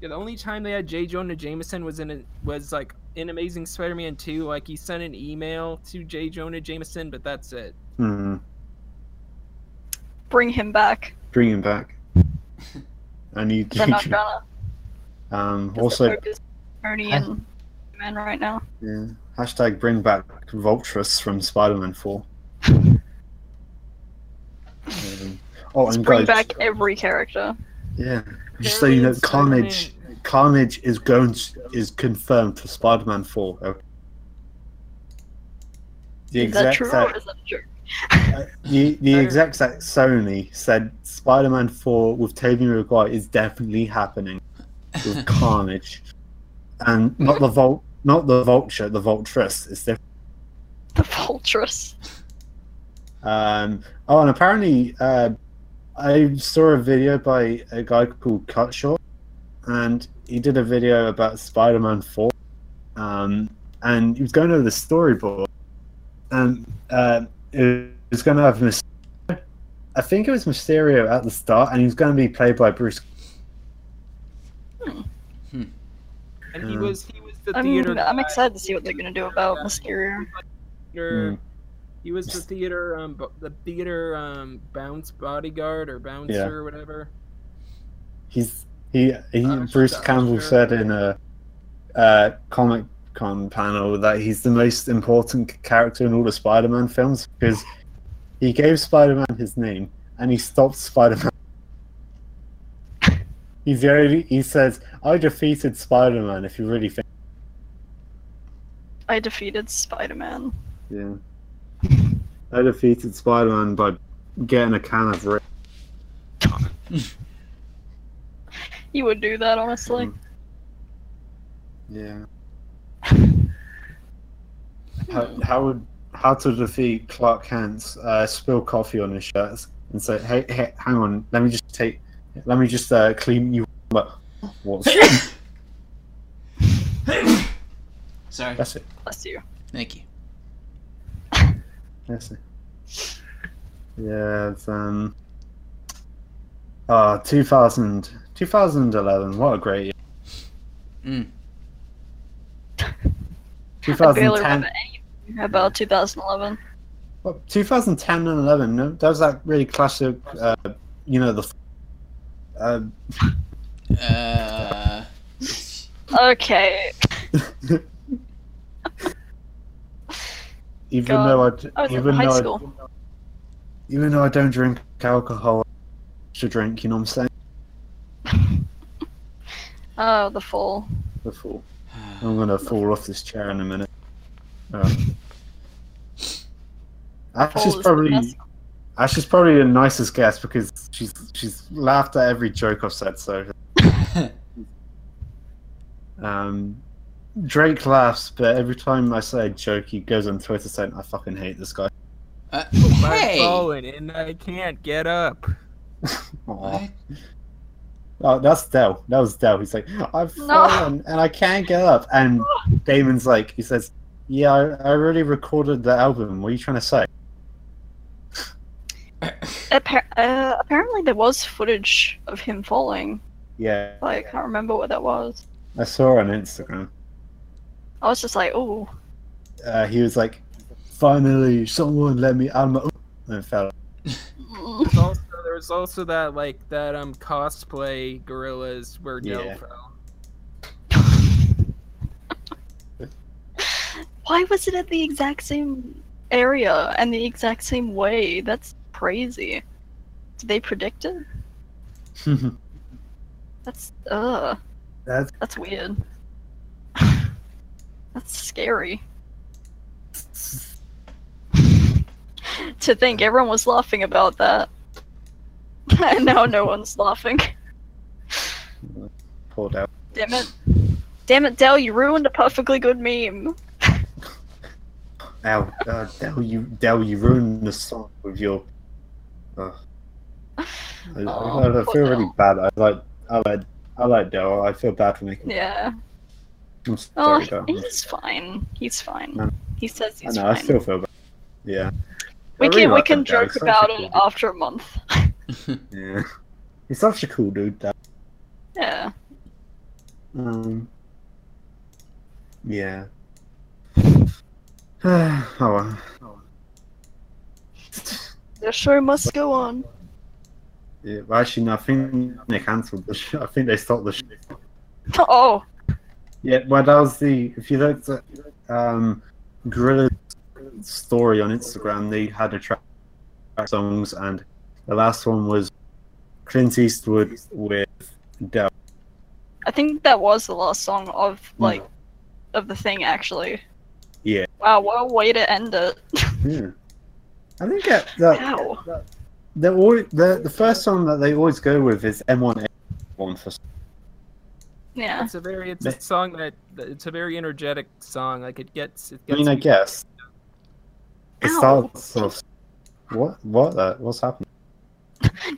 [SPEAKER 4] yeah, the only time they had J. Jonah Jameson was in a, was like in Amazing Spider-Man 2. Like he sent an email to J. Jonah Jameson, but that's it.
[SPEAKER 3] Hmm.
[SPEAKER 7] Bring him back.
[SPEAKER 3] Bring him
[SPEAKER 7] (laughs)
[SPEAKER 3] back. I need.
[SPEAKER 7] They're
[SPEAKER 3] (laughs)
[SPEAKER 7] not gonna.
[SPEAKER 3] um.
[SPEAKER 7] 'cause
[SPEAKER 3] Also,
[SPEAKER 7] they're focused on Ernie and Man right now.
[SPEAKER 3] yeah. Hashtag bring back Voltress from Spider-Man
[SPEAKER 7] (laughs)
[SPEAKER 3] Four. Um, oh,
[SPEAKER 7] Let's
[SPEAKER 3] and
[SPEAKER 7] bring
[SPEAKER 3] guys,
[SPEAKER 7] back every character.
[SPEAKER 3] yeah. Just so
[SPEAKER 4] There
[SPEAKER 3] you know,
[SPEAKER 4] is Spider-Man-
[SPEAKER 3] Carnage. Carnage is going is confirmed for Spider-Man Four. Okay. The
[SPEAKER 7] Is that
[SPEAKER 3] exact
[SPEAKER 7] true
[SPEAKER 3] sa-
[SPEAKER 7] or is that a joke?
[SPEAKER 3] the, the
[SPEAKER 4] Better.
[SPEAKER 3] exact sa- Sony said Spider-Man Four with Tobey Maguire is definitely happening
[SPEAKER 7] (laughs)
[SPEAKER 3] with Carnage, and not the Vult, not the Vulture, the Vultress is different.
[SPEAKER 7] The Vulturous.
[SPEAKER 3] Um, oh, and apparently, uh, I saw a video by a guy called Cutshaw, and he did a video about Spider-Man Four, um, and he was going over the storyboard, and uh, it was going to have Mysterio. I think it was Mysterio at the start, and he was going to be played by Bruce.
[SPEAKER 4] And he
[SPEAKER 3] Hmm.
[SPEAKER 4] was he was the theater.
[SPEAKER 7] I'm, I'm
[SPEAKER 4] guy.
[SPEAKER 7] excited to see what they're gonna do about Mysterio.
[SPEAKER 3] Hmm.
[SPEAKER 4] Theater- He was the theater um bo- the theater um bounce bodyguard or bouncer
[SPEAKER 3] Yeah.
[SPEAKER 4] or whatever.
[SPEAKER 3] He's he, he
[SPEAKER 4] I'm
[SPEAKER 3] Bruce
[SPEAKER 4] sure- I'm
[SPEAKER 3] Campbell
[SPEAKER 4] sure.
[SPEAKER 3] said in a, uh Comic Con panel that he's the most important character in all the Spider-Man films because he gave Spider-Man his name and he stopped Spider-Man. He very he says, "I defeated Spider-Man." If you really think,
[SPEAKER 7] I defeated Spider-Man.
[SPEAKER 3] yeah, (laughs) I defeated Spider-Man by getting a can of rip.
[SPEAKER 7] You would do that, honestly.
[SPEAKER 3] Mm. Yeah. (laughs) how, how would how to defeat Clark Kent's uh, spill coffee on his shirt and say, "Hey, hey hang on, let me just take, let me just uh, clean you." up." What's
[SPEAKER 5] Sorry.
[SPEAKER 3] (laughs) that's it?
[SPEAKER 7] Bless you.
[SPEAKER 5] Thank you.
[SPEAKER 3] That's it. Yeah, it's um. Ah, 2000, 2011. What a great year.
[SPEAKER 5] Mm.
[SPEAKER 7] (laughs) I barely
[SPEAKER 3] 2010.
[SPEAKER 7] remember anything about 2011.
[SPEAKER 3] Well, 2010 and 11, no, that was that really classic, uh, you know, the. Uh,
[SPEAKER 5] Uh, (sighs)
[SPEAKER 7] Okay.
[SPEAKER 3] (laughs) even
[SPEAKER 7] God,
[SPEAKER 3] though I,
[SPEAKER 7] I was in
[SPEAKER 3] even
[SPEAKER 7] high
[SPEAKER 3] though
[SPEAKER 7] school.
[SPEAKER 3] I, even though I don't drink alcohol, I should drink. You know what I'm saying?
[SPEAKER 7] Oh, the fall.
[SPEAKER 3] The fool.
[SPEAKER 5] uh,
[SPEAKER 3] I'm gonna fall off this chair in a minute. Um, Ash
[SPEAKER 7] Fall
[SPEAKER 3] is
[SPEAKER 7] is the
[SPEAKER 3] probably
[SPEAKER 7] best.
[SPEAKER 3] Ash is probably the nicest guest because she's she's laughed at every joke I've said. So Um, Drake laughs, but every time I say a joke, he goes on Twitter saying, "I fucking hate this guy."
[SPEAKER 5] uh,
[SPEAKER 4] I'm (laughs)
[SPEAKER 5] hey.
[SPEAKER 4] falling and I can't get up.
[SPEAKER 3] Aw.
[SPEAKER 5] What?
[SPEAKER 3] Oh, that's Dell. That was Dell. He's like, "I've
[SPEAKER 7] No.
[SPEAKER 3] fallen and I can't get up." And Damon's like, he says, "Yeah, I, I already recorded the album. What are you trying to say?"
[SPEAKER 7] Appar- uh, apparently, there was footage of him falling.
[SPEAKER 3] Yeah,
[SPEAKER 7] but I can't remember what that was.
[SPEAKER 3] I saw it on Instagram.
[SPEAKER 7] I was just like, oh,
[SPEAKER 3] Uh, he was like, "Finally, someone let me out of my." And fell. (laughs)
[SPEAKER 4] There's also, there was also that like that um cosplay gorillas where Dell
[SPEAKER 3] Yeah.
[SPEAKER 4] fell.
[SPEAKER 7] (laughs) why was it at the exact same area and the exact same way? That's crazy. Did they predict it? That's uh,
[SPEAKER 3] that's (laughs)
[SPEAKER 7] that's weird. that's scary. To think everyone was laughing about that, (laughs) and now no one's laughing.
[SPEAKER 3] poor Dell.
[SPEAKER 7] Damn it. Damn it, Dell, you ruined a perfectly good meme.
[SPEAKER 3] Ow, uh, Dell, you Dell, you ruined the song with your. Ugh. I, I,
[SPEAKER 7] Aw,
[SPEAKER 3] I
[SPEAKER 7] Oh, poor
[SPEAKER 3] feel really
[SPEAKER 7] Del.
[SPEAKER 3] bad. I like, I like, I like Dell. I feel bad for making.
[SPEAKER 7] Yeah.
[SPEAKER 3] I'm
[SPEAKER 7] Oh,
[SPEAKER 3] sorry, Del.
[SPEAKER 7] he's fine. He's fine.
[SPEAKER 3] No.
[SPEAKER 7] He says
[SPEAKER 3] I
[SPEAKER 7] he's
[SPEAKER 3] know. I
[SPEAKER 7] fine.
[SPEAKER 3] still feel bad. Yeah.
[SPEAKER 7] We
[SPEAKER 3] I
[SPEAKER 7] can
[SPEAKER 3] really
[SPEAKER 7] we
[SPEAKER 3] like
[SPEAKER 7] can
[SPEAKER 3] that guy.
[SPEAKER 7] joke
[SPEAKER 3] He's such a
[SPEAKER 7] about
[SPEAKER 3] cool
[SPEAKER 7] it
[SPEAKER 3] dude.
[SPEAKER 7] after a month.
[SPEAKER 3] Yeah. He's such a cool dude. That.
[SPEAKER 7] Yeah.
[SPEAKER 3] Um, yeah. (sighs) oh, well.
[SPEAKER 7] The show must go on. (laughs)
[SPEAKER 3] Yeah, well, actually, no, I think they cancelled the show. I think they stopped the show.
[SPEAKER 7] Oh,
[SPEAKER 3] Yeah, well, that was the. If you looked at um, Gorilla's story on Instagram, they had a track, track songs, and the last one was Clint Eastwood with Del.
[SPEAKER 7] I think that was the last song of like of the thing actually.
[SPEAKER 3] Hmm. Yeah.
[SPEAKER 7] Wow, what a way to end it.
[SPEAKER 3] Yeah. Hmm. I think that, that,
[SPEAKER 7] Wow.
[SPEAKER 3] they're all, the the first song that they always go with is M1A1 for
[SPEAKER 7] Yeah.
[SPEAKER 4] It's a very it's a song that that- it's a very energetic song. Like it gets it
[SPEAKER 3] I
[SPEAKER 4] gets
[SPEAKER 3] mean, I
[SPEAKER 4] me-
[SPEAKER 3] guess. It
[SPEAKER 7] Ow.
[SPEAKER 3] starts off. What? What? The, what's happening?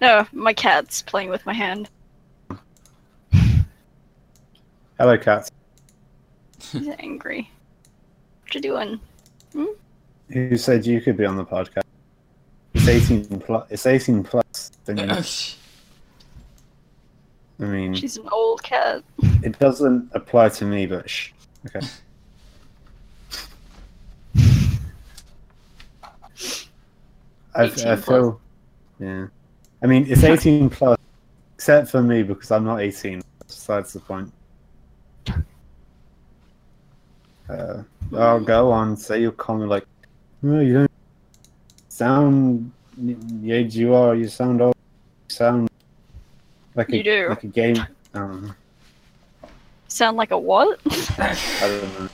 [SPEAKER 7] No, my cat's playing with my hand.
[SPEAKER 3] (laughs) Hello, cats.
[SPEAKER 7] He's angry. What you doing?
[SPEAKER 3] Who said you could be on the podcast? It's eighteen plus. It's eighteen plus. I mean,
[SPEAKER 5] (laughs)
[SPEAKER 3] I mean,
[SPEAKER 7] She's an old cat.
[SPEAKER 3] it doesn't apply to me, but shh. Okay. I, I
[SPEAKER 7] 18 plus.
[SPEAKER 3] feel. Yeah. I mean, it's eighteen plus, except for me because I'm not eighteen. That's the point. Uh, I'll go on. Say your comment like, no, you don't sound the age you are. You sound old. You sound like a,
[SPEAKER 7] You do.
[SPEAKER 3] like a game. Um,
[SPEAKER 7] Sound like a what?
[SPEAKER 3] I don't know.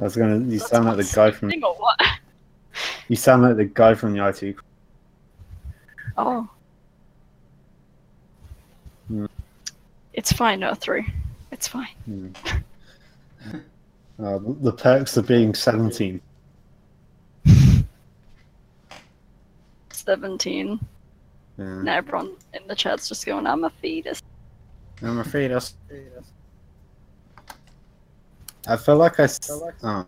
[SPEAKER 3] I was gonna. You
[SPEAKER 7] (laughs) That's
[SPEAKER 3] sound like the guy from.
[SPEAKER 7] Thing or what? (laughs)
[SPEAKER 3] You sound like the guy from the IT.
[SPEAKER 7] Oh.
[SPEAKER 3] Hmm.
[SPEAKER 7] It's fine, no three. It's fine.
[SPEAKER 3] Hmm. Uh, the perks of being seventeen.
[SPEAKER 7] Seventeen.
[SPEAKER 3] Yeah.
[SPEAKER 7] And everyone in the chat's just going, I'm a fetus.
[SPEAKER 3] I'm afraid I. I feel like I. s- oh.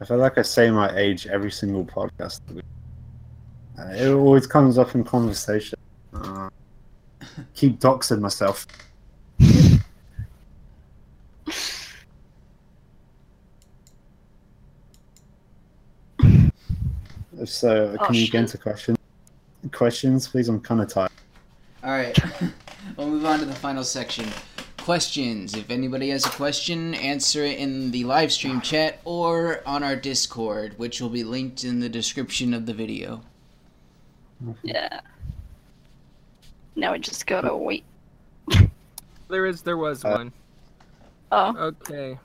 [SPEAKER 3] I feel like I say my age every single podcast. Uh, it always comes up in conversation. Uh, keep doxing myself. so,
[SPEAKER 7] Oh,
[SPEAKER 3] can you
[SPEAKER 7] shit.
[SPEAKER 3] get into question? Questions, please. I'm kind of tired.
[SPEAKER 5] All right, we'll move on to the final section. Questions. If anybody has a question, answer it in the live stream chat or on our Discord, which will be linked in the description of the video.
[SPEAKER 7] Yeah. Now we just gotta
[SPEAKER 3] Hmm.
[SPEAKER 7] wait.
[SPEAKER 4] There is there was
[SPEAKER 3] Uh,
[SPEAKER 4] one.
[SPEAKER 7] Oh,
[SPEAKER 4] Okay.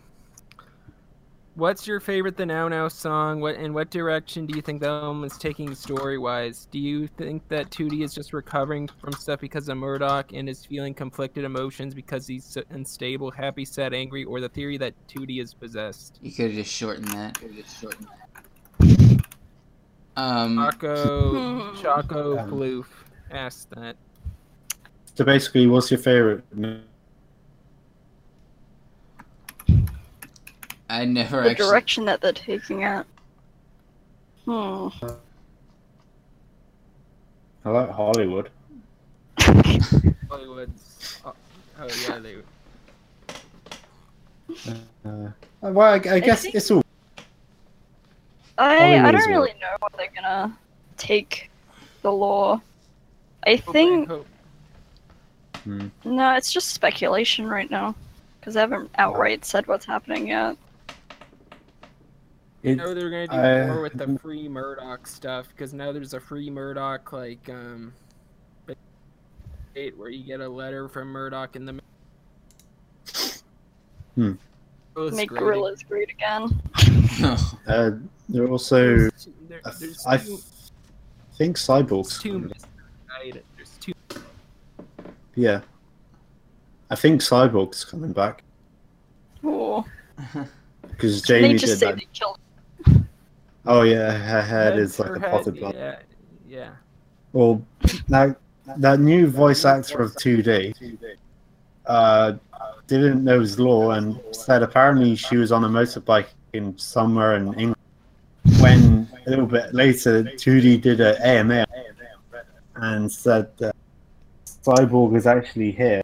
[SPEAKER 4] What's your favorite The Now Now song? What and what direction do you think the album is taking story wise? Do you think that 2D is just recovering from stuff because of Murdoch and is feeling conflicted emotions because he's s- unstable, happy, sad, angry, or the theory that 2D is possessed?
[SPEAKER 5] You could have just shortened that. Um,
[SPEAKER 4] Chaco,
[SPEAKER 7] Hmm.
[SPEAKER 4] Chaco
[SPEAKER 3] Um,
[SPEAKER 4] Floof asked that.
[SPEAKER 3] So basically, what's your favorite?
[SPEAKER 5] I never
[SPEAKER 7] the
[SPEAKER 5] actually.
[SPEAKER 7] direction that they're taking it. Hmm.
[SPEAKER 3] I like Hollywood.
[SPEAKER 4] Hollywood's. Oh, oh yeah, they.
[SPEAKER 3] Uh, well, I, I guess
[SPEAKER 7] think-
[SPEAKER 3] it's all.
[SPEAKER 7] I,
[SPEAKER 3] Hollywood
[SPEAKER 7] I
[SPEAKER 3] is
[SPEAKER 7] don't
[SPEAKER 3] what-
[SPEAKER 7] really know what they're gonna take the law. I
[SPEAKER 4] hope-
[SPEAKER 7] think
[SPEAKER 4] hope-
[SPEAKER 7] no, it's just speculation right now, because they haven't outright said what's happening yet.
[SPEAKER 3] It,
[SPEAKER 4] No, they're gonna do
[SPEAKER 3] I-
[SPEAKER 4] more with the free Murdoch stuff because now there's a free Murdoch like um, ba- date where you get a letter from Murdoch in the.
[SPEAKER 3] Hmm.
[SPEAKER 4] Oh, it's
[SPEAKER 7] Make
[SPEAKER 4] great.
[SPEAKER 7] gorillas great again.
[SPEAKER 5] No.
[SPEAKER 3] uh, they're also.
[SPEAKER 4] There's two- there-
[SPEAKER 3] I,
[SPEAKER 4] there's
[SPEAKER 3] I
[SPEAKER 4] two-
[SPEAKER 3] think
[SPEAKER 4] there's
[SPEAKER 3] Cyborg's.
[SPEAKER 4] two
[SPEAKER 3] coming.
[SPEAKER 4] misguided- There's two.
[SPEAKER 3] Yeah. I think Cyborg's coming back (laughs)
[SPEAKER 7] Ooh.
[SPEAKER 3] because
[SPEAKER 7] Oh. They
[SPEAKER 3] Jamie
[SPEAKER 7] just
[SPEAKER 3] did
[SPEAKER 7] say
[SPEAKER 3] that.
[SPEAKER 7] they killed.
[SPEAKER 3] Oh yeah, her head
[SPEAKER 4] Her-
[SPEAKER 3] is like
[SPEAKER 4] her
[SPEAKER 3] a
[SPEAKER 4] head-
[SPEAKER 3] potted plant.
[SPEAKER 4] Yeah, yeah.
[SPEAKER 3] Well, now that new voice actor of 2D uh, didn't know his law and said apparently she was on a motorbike in somewhere in England when a little bit later, 2D did an AMA and said that Cyborg is actually here.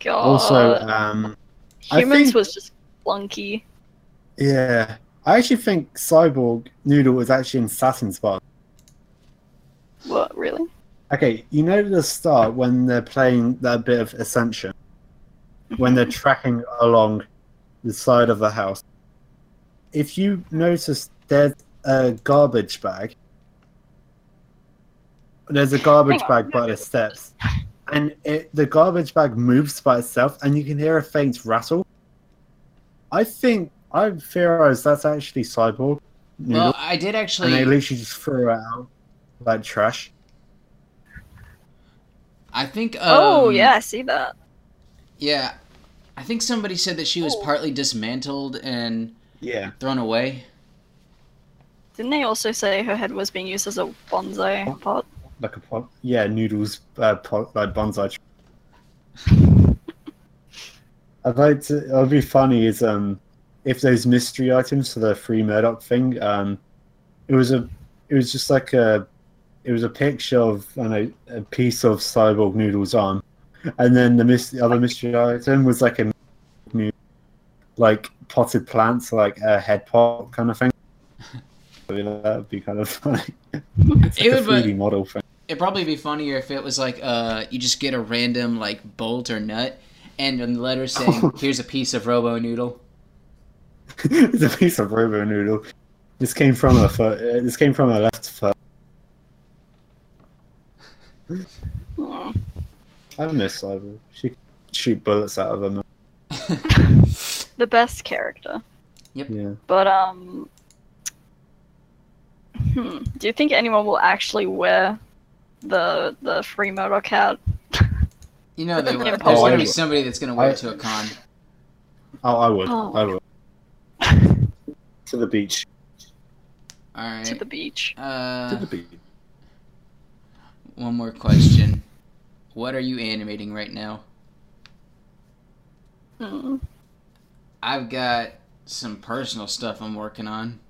[SPEAKER 7] God.
[SPEAKER 3] Also, um, I
[SPEAKER 7] humans
[SPEAKER 3] think-
[SPEAKER 7] was just clunky.
[SPEAKER 3] yeah, I actually think Cyborg Noodle was actually in Saturn's bar.
[SPEAKER 7] What really?
[SPEAKER 3] Okay, you know the start when they're playing that bit of Ascension, when
[SPEAKER 7] (laughs)
[SPEAKER 3] they're tracking along the side of the house. If you notice, there's a garbage bag. There's a garbage
[SPEAKER 7] Hang on.
[SPEAKER 3] bag by the steps, and it, the garbage bag moves by itself, and you can hear a faint rattle. I think I theorize that's actually Cyborg,
[SPEAKER 5] Well, I did actually.
[SPEAKER 3] and they literally just threw it out like trash.
[SPEAKER 5] I think. Um,
[SPEAKER 7] oh yeah, I see that.
[SPEAKER 5] Yeah, I think somebody said that she
[SPEAKER 7] Oh.
[SPEAKER 5] was partly dismantled and
[SPEAKER 3] Yeah.
[SPEAKER 5] thrown away.
[SPEAKER 7] Didn't they also say her head was being used as a bonsai pot?
[SPEAKER 3] like a pot, yeah, noodles, uh, pot, like bonsai. tree. I'd like to. It'd be funny is um, if those mystery items for the free Murdoch thing, um, it was a, it was just like a, it was a picture of I know a piece of cyborg noodle's arm, and then the, mys- the other mystery item was like a, new, like potted plants, like a head pot kind of thing. I mean, that would be kind of
[SPEAKER 5] (laughs)
[SPEAKER 3] funny. It's like
[SPEAKER 5] It
[SPEAKER 3] a
[SPEAKER 5] would be-
[SPEAKER 3] 3D model thing.
[SPEAKER 5] It'd probably be funnier if it was like uh, you just get a random like bolt or nut, and a
[SPEAKER 3] (laughs)
[SPEAKER 5] letter saying, "Here's a piece of Robo Noodle."
[SPEAKER 3] it's a piece of robo noodle. This came from her foot. uh, This came from her left foot.
[SPEAKER 7] Hmm.
[SPEAKER 3] I miss Cyber. She could shoot bullets out of her mouth.
[SPEAKER 7] The best character.
[SPEAKER 3] Yeah.
[SPEAKER 7] But um Hmm. Do you think anyone will actually wear the the free Murdoch hat?
[SPEAKER 5] You know
[SPEAKER 7] (laughs)
[SPEAKER 5] they would. There's
[SPEAKER 7] Oh,
[SPEAKER 5] gonna
[SPEAKER 3] I-
[SPEAKER 5] be somebody that's gonna wear it to a con.
[SPEAKER 3] Oh, I would.
[SPEAKER 7] Oh.
[SPEAKER 3] I would.
[SPEAKER 7] (laughs)
[SPEAKER 3] to the beach.
[SPEAKER 5] All
[SPEAKER 7] to
[SPEAKER 5] right.
[SPEAKER 7] the beach?
[SPEAKER 3] To
[SPEAKER 5] Uh,
[SPEAKER 3] the beach.
[SPEAKER 5] one more question. What are you animating right now?
[SPEAKER 7] Hmm.
[SPEAKER 5] I've got some personal stuff I'm working on.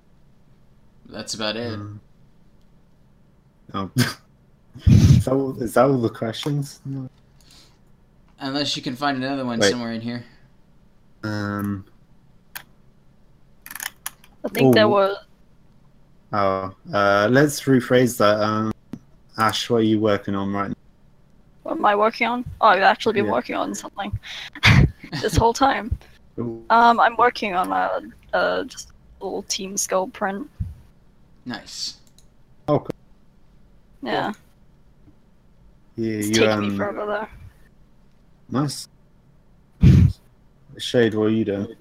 [SPEAKER 5] That's about it.
[SPEAKER 3] Mm. Oh. (laughs) is, that all, is that all the questions? No.
[SPEAKER 5] Unless you can find another one
[SPEAKER 3] Wait.
[SPEAKER 5] somewhere in here.
[SPEAKER 3] Um.
[SPEAKER 7] I think there
[SPEAKER 3] Oh.
[SPEAKER 7] were
[SPEAKER 3] Oh. Uh. Let's rephrase that. Um. Ash, what are you working on right now?
[SPEAKER 7] what am I working on? Oh, I've actually been
[SPEAKER 3] Yeah.
[SPEAKER 7] working on something (laughs) this whole time.
[SPEAKER 3] Ooh,
[SPEAKER 7] Um, I'm working on a, a just a little team skull print.
[SPEAKER 5] Nice.
[SPEAKER 7] Yeah,
[SPEAKER 3] Yeah.
[SPEAKER 7] it's
[SPEAKER 3] You
[SPEAKER 7] taking
[SPEAKER 3] um.
[SPEAKER 7] me forever though.
[SPEAKER 3] Nice. Shade, what are you doing?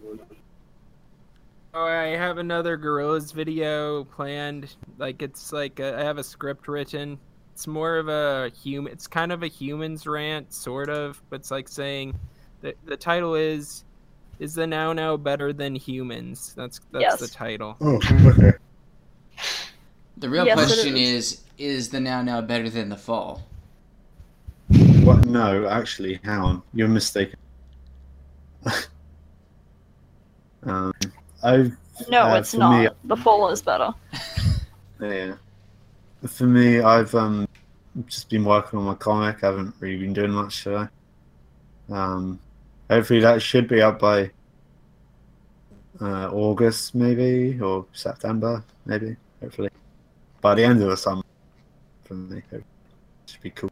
[SPEAKER 4] Oh, I have another gorillas video planned. Like it's like a, I have a script written. It's more of a human. It's kind of a humans rant, sort of. But it's like saying, the the title is, is the now now better than humans? That's that's the
[SPEAKER 7] Yes.
[SPEAKER 4] title.
[SPEAKER 3] Oh, okay.
[SPEAKER 5] The real
[SPEAKER 7] Yes, it
[SPEAKER 5] question is. is: the now now better than the fall?
[SPEAKER 3] What? No, actually, hang on. You're mistaken. (laughs) um, I
[SPEAKER 7] No,
[SPEAKER 3] Uh,
[SPEAKER 7] it's
[SPEAKER 3] for me-
[SPEAKER 7] not. The fall is better.
[SPEAKER 3] yeah. For me, I've um just been working on my comic. I haven't really been doing much today. Um, hopefully that should be up by uh, August, maybe or September, maybe. Hopefully by the end of the summer. For me, it should be cool.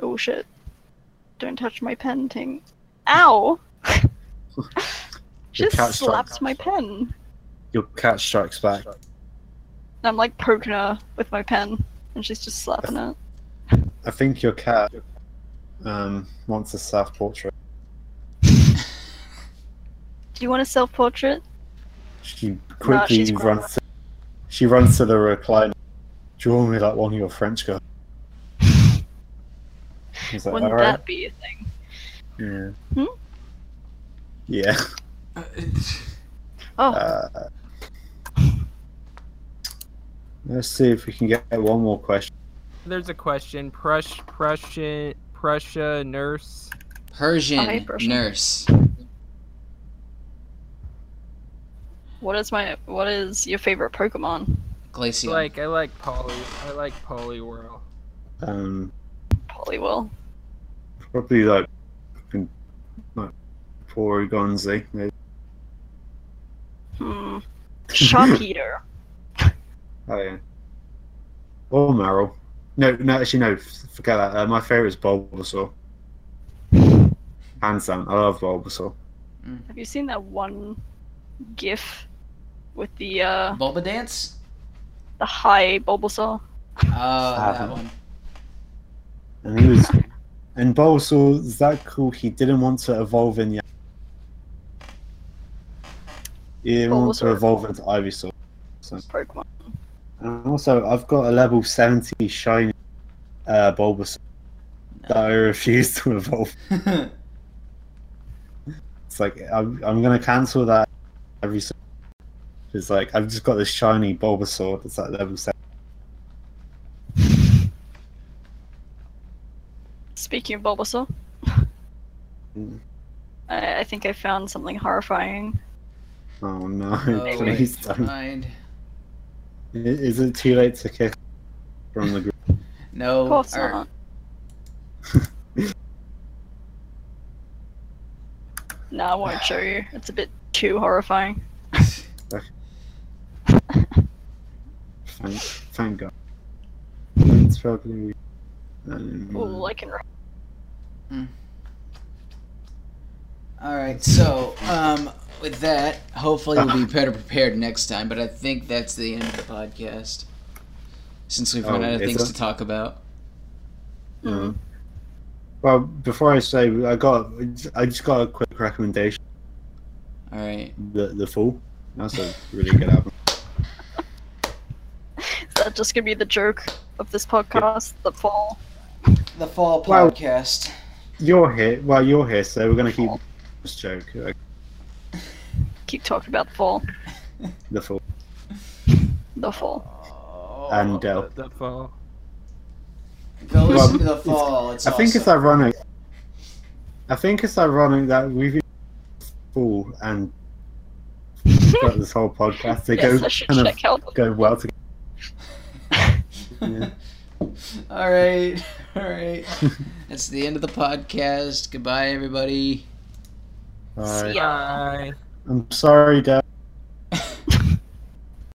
[SPEAKER 7] Oh shit! Don't touch my pen, Ting. Ow! Just
[SPEAKER 3] cat struck.
[SPEAKER 7] slapped my pen.
[SPEAKER 3] Your cat strikes back.
[SPEAKER 7] And I'm like poking her with my pen, and she's just slapping it.
[SPEAKER 3] I think your cat um, wants a self portrait.
[SPEAKER 7] Do you want a self-portrait?
[SPEAKER 3] She
[SPEAKER 7] No,
[SPEAKER 3] quickly
[SPEAKER 7] she's grown
[SPEAKER 3] runs. To, she runs to the recliner. Draw me like one of your French girls. He's like,
[SPEAKER 7] Wouldn't
[SPEAKER 3] all right.
[SPEAKER 7] that be a thing?
[SPEAKER 3] Yeah.
[SPEAKER 7] Hmm?
[SPEAKER 3] Yeah.
[SPEAKER 7] Oh,
[SPEAKER 3] Uh, let's see if we can get one more question.
[SPEAKER 4] There's a question. Prush, Prussian, Prussia nurse.
[SPEAKER 5] Persian
[SPEAKER 7] Okay, Persian.
[SPEAKER 5] nurse.
[SPEAKER 7] What is my what is your favorite Pokemon?
[SPEAKER 5] Glaceon.
[SPEAKER 4] Like I like Poly. I like Poliwhirl.
[SPEAKER 3] Um,
[SPEAKER 7] Poliwhirl.
[SPEAKER 3] Probably like, fucking- like Porygonzi, maybe.
[SPEAKER 7] Hmm. Shopheater.
[SPEAKER 3] Oh yeah. Or Meryl. No, no, actually no. f- Forget that. Uh, my favorite is Bulbasaur. Hands down, I love Bulbasaur.
[SPEAKER 7] Have you seen that one GIF with the uh
[SPEAKER 5] Bulba Dance?
[SPEAKER 7] the high Bulbasaur?
[SPEAKER 5] Oh, that
[SPEAKER 3] haven't. (laughs)
[SPEAKER 5] one.
[SPEAKER 3] And he was, and Bulbasaur's that cool. He didn't want to evolve in. Yan- He didn't want to
[SPEAKER 7] Bulbasaur.
[SPEAKER 3] evolve into Ivysaur.
[SPEAKER 7] Pokemon.
[SPEAKER 3] And also, I've got a level seventy shiny uh, Bulbasaur that I refuse to evolve.
[SPEAKER 5] Oh,
[SPEAKER 3] It's like I'm, I'm gonna cancel that every. s- It's like I've just got this shiny Bulbasaur that's at level seven.
[SPEAKER 7] Speaking of Bulbasaur,
[SPEAKER 3] Mm.
[SPEAKER 7] I, I think I found something horrifying.
[SPEAKER 3] Oh no!
[SPEAKER 5] Oh,
[SPEAKER 3] (laughs) please
[SPEAKER 5] wait,
[SPEAKER 3] don't. I-
[SPEAKER 5] mind.
[SPEAKER 3] Is it too late to kick from the group?
[SPEAKER 5] No.
[SPEAKER 7] Of course
[SPEAKER 5] or-
[SPEAKER 7] not.
[SPEAKER 3] (laughs)
[SPEAKER 7] no, I won't show you. It's a bit too horrifying.
[SPEAKER 3] Thank, thank God. It's probably. Um,
[SPEAKER 7] Ooh, I can.
[SPEAKER 5] All right, so um, with that, hopefully we'll be better prepared next time. But I think that's the end of the podcast, since we've run
[SPEAKER 3] Oh,
[SPEAKER 5] out of
[SPEAKER 3] is
[SPEAKER 5] things
[SPEAKER 3] it?
[SPEAKER 5] to talk about.
[SPEAKER 3] um, Well, before I say, I got, I just got a quick recommendation.
[SPEAKER 5] All right,
[SPEAKER 3] The the Fool. That's a really good album.
[SPEAKER 7] Is that just gonna be the joke of this podcast? The fall.
[SPEAKER 5] the fall
[SPEAKER 3] Wow.
[SPEAKER 5] podcast.
[SPEAKER 3] You're here. Well, you're here, so we're gonna keep this joke. uh,
[SPEAKER 7] Keep talking about the fall.
[SPEAKER 3] The Fool.
[SPEAKER 7] The fall.
[SPEAKER 3] And uh,
[SPEAKER 4] The, the fall.
[SPEAKER 5] Go listen to
[SPEAKER 3] Well,
[SPEAKER 5] the fall. It's
[SPEAKER 3] I think it's
[SPEAKER 5] awesome.
[SPEAKER 3] ironic. I think it's ironic that we've been full
[SPEAKER 7] (laughs)
[SPEAKER 3] and got this whole podcast. They
[SPEAKER 7] yes,
[SPEAKER 3] go
[SPEAKER 7] I should
[SPEAKER 3] kind
[SPEAKER 7] check out.
[SPEAKER 3] of go well together.
[SPEAKER 5] (laughs) all right, all right. That's the end of the podcast. Goodbye, everybody.
[SPEAKER 3] Alright.
[SPEAKER 7] Yeah.
[SPEAKER 4] Bye.
[SPEAKER 3] I'm sorry, Dad.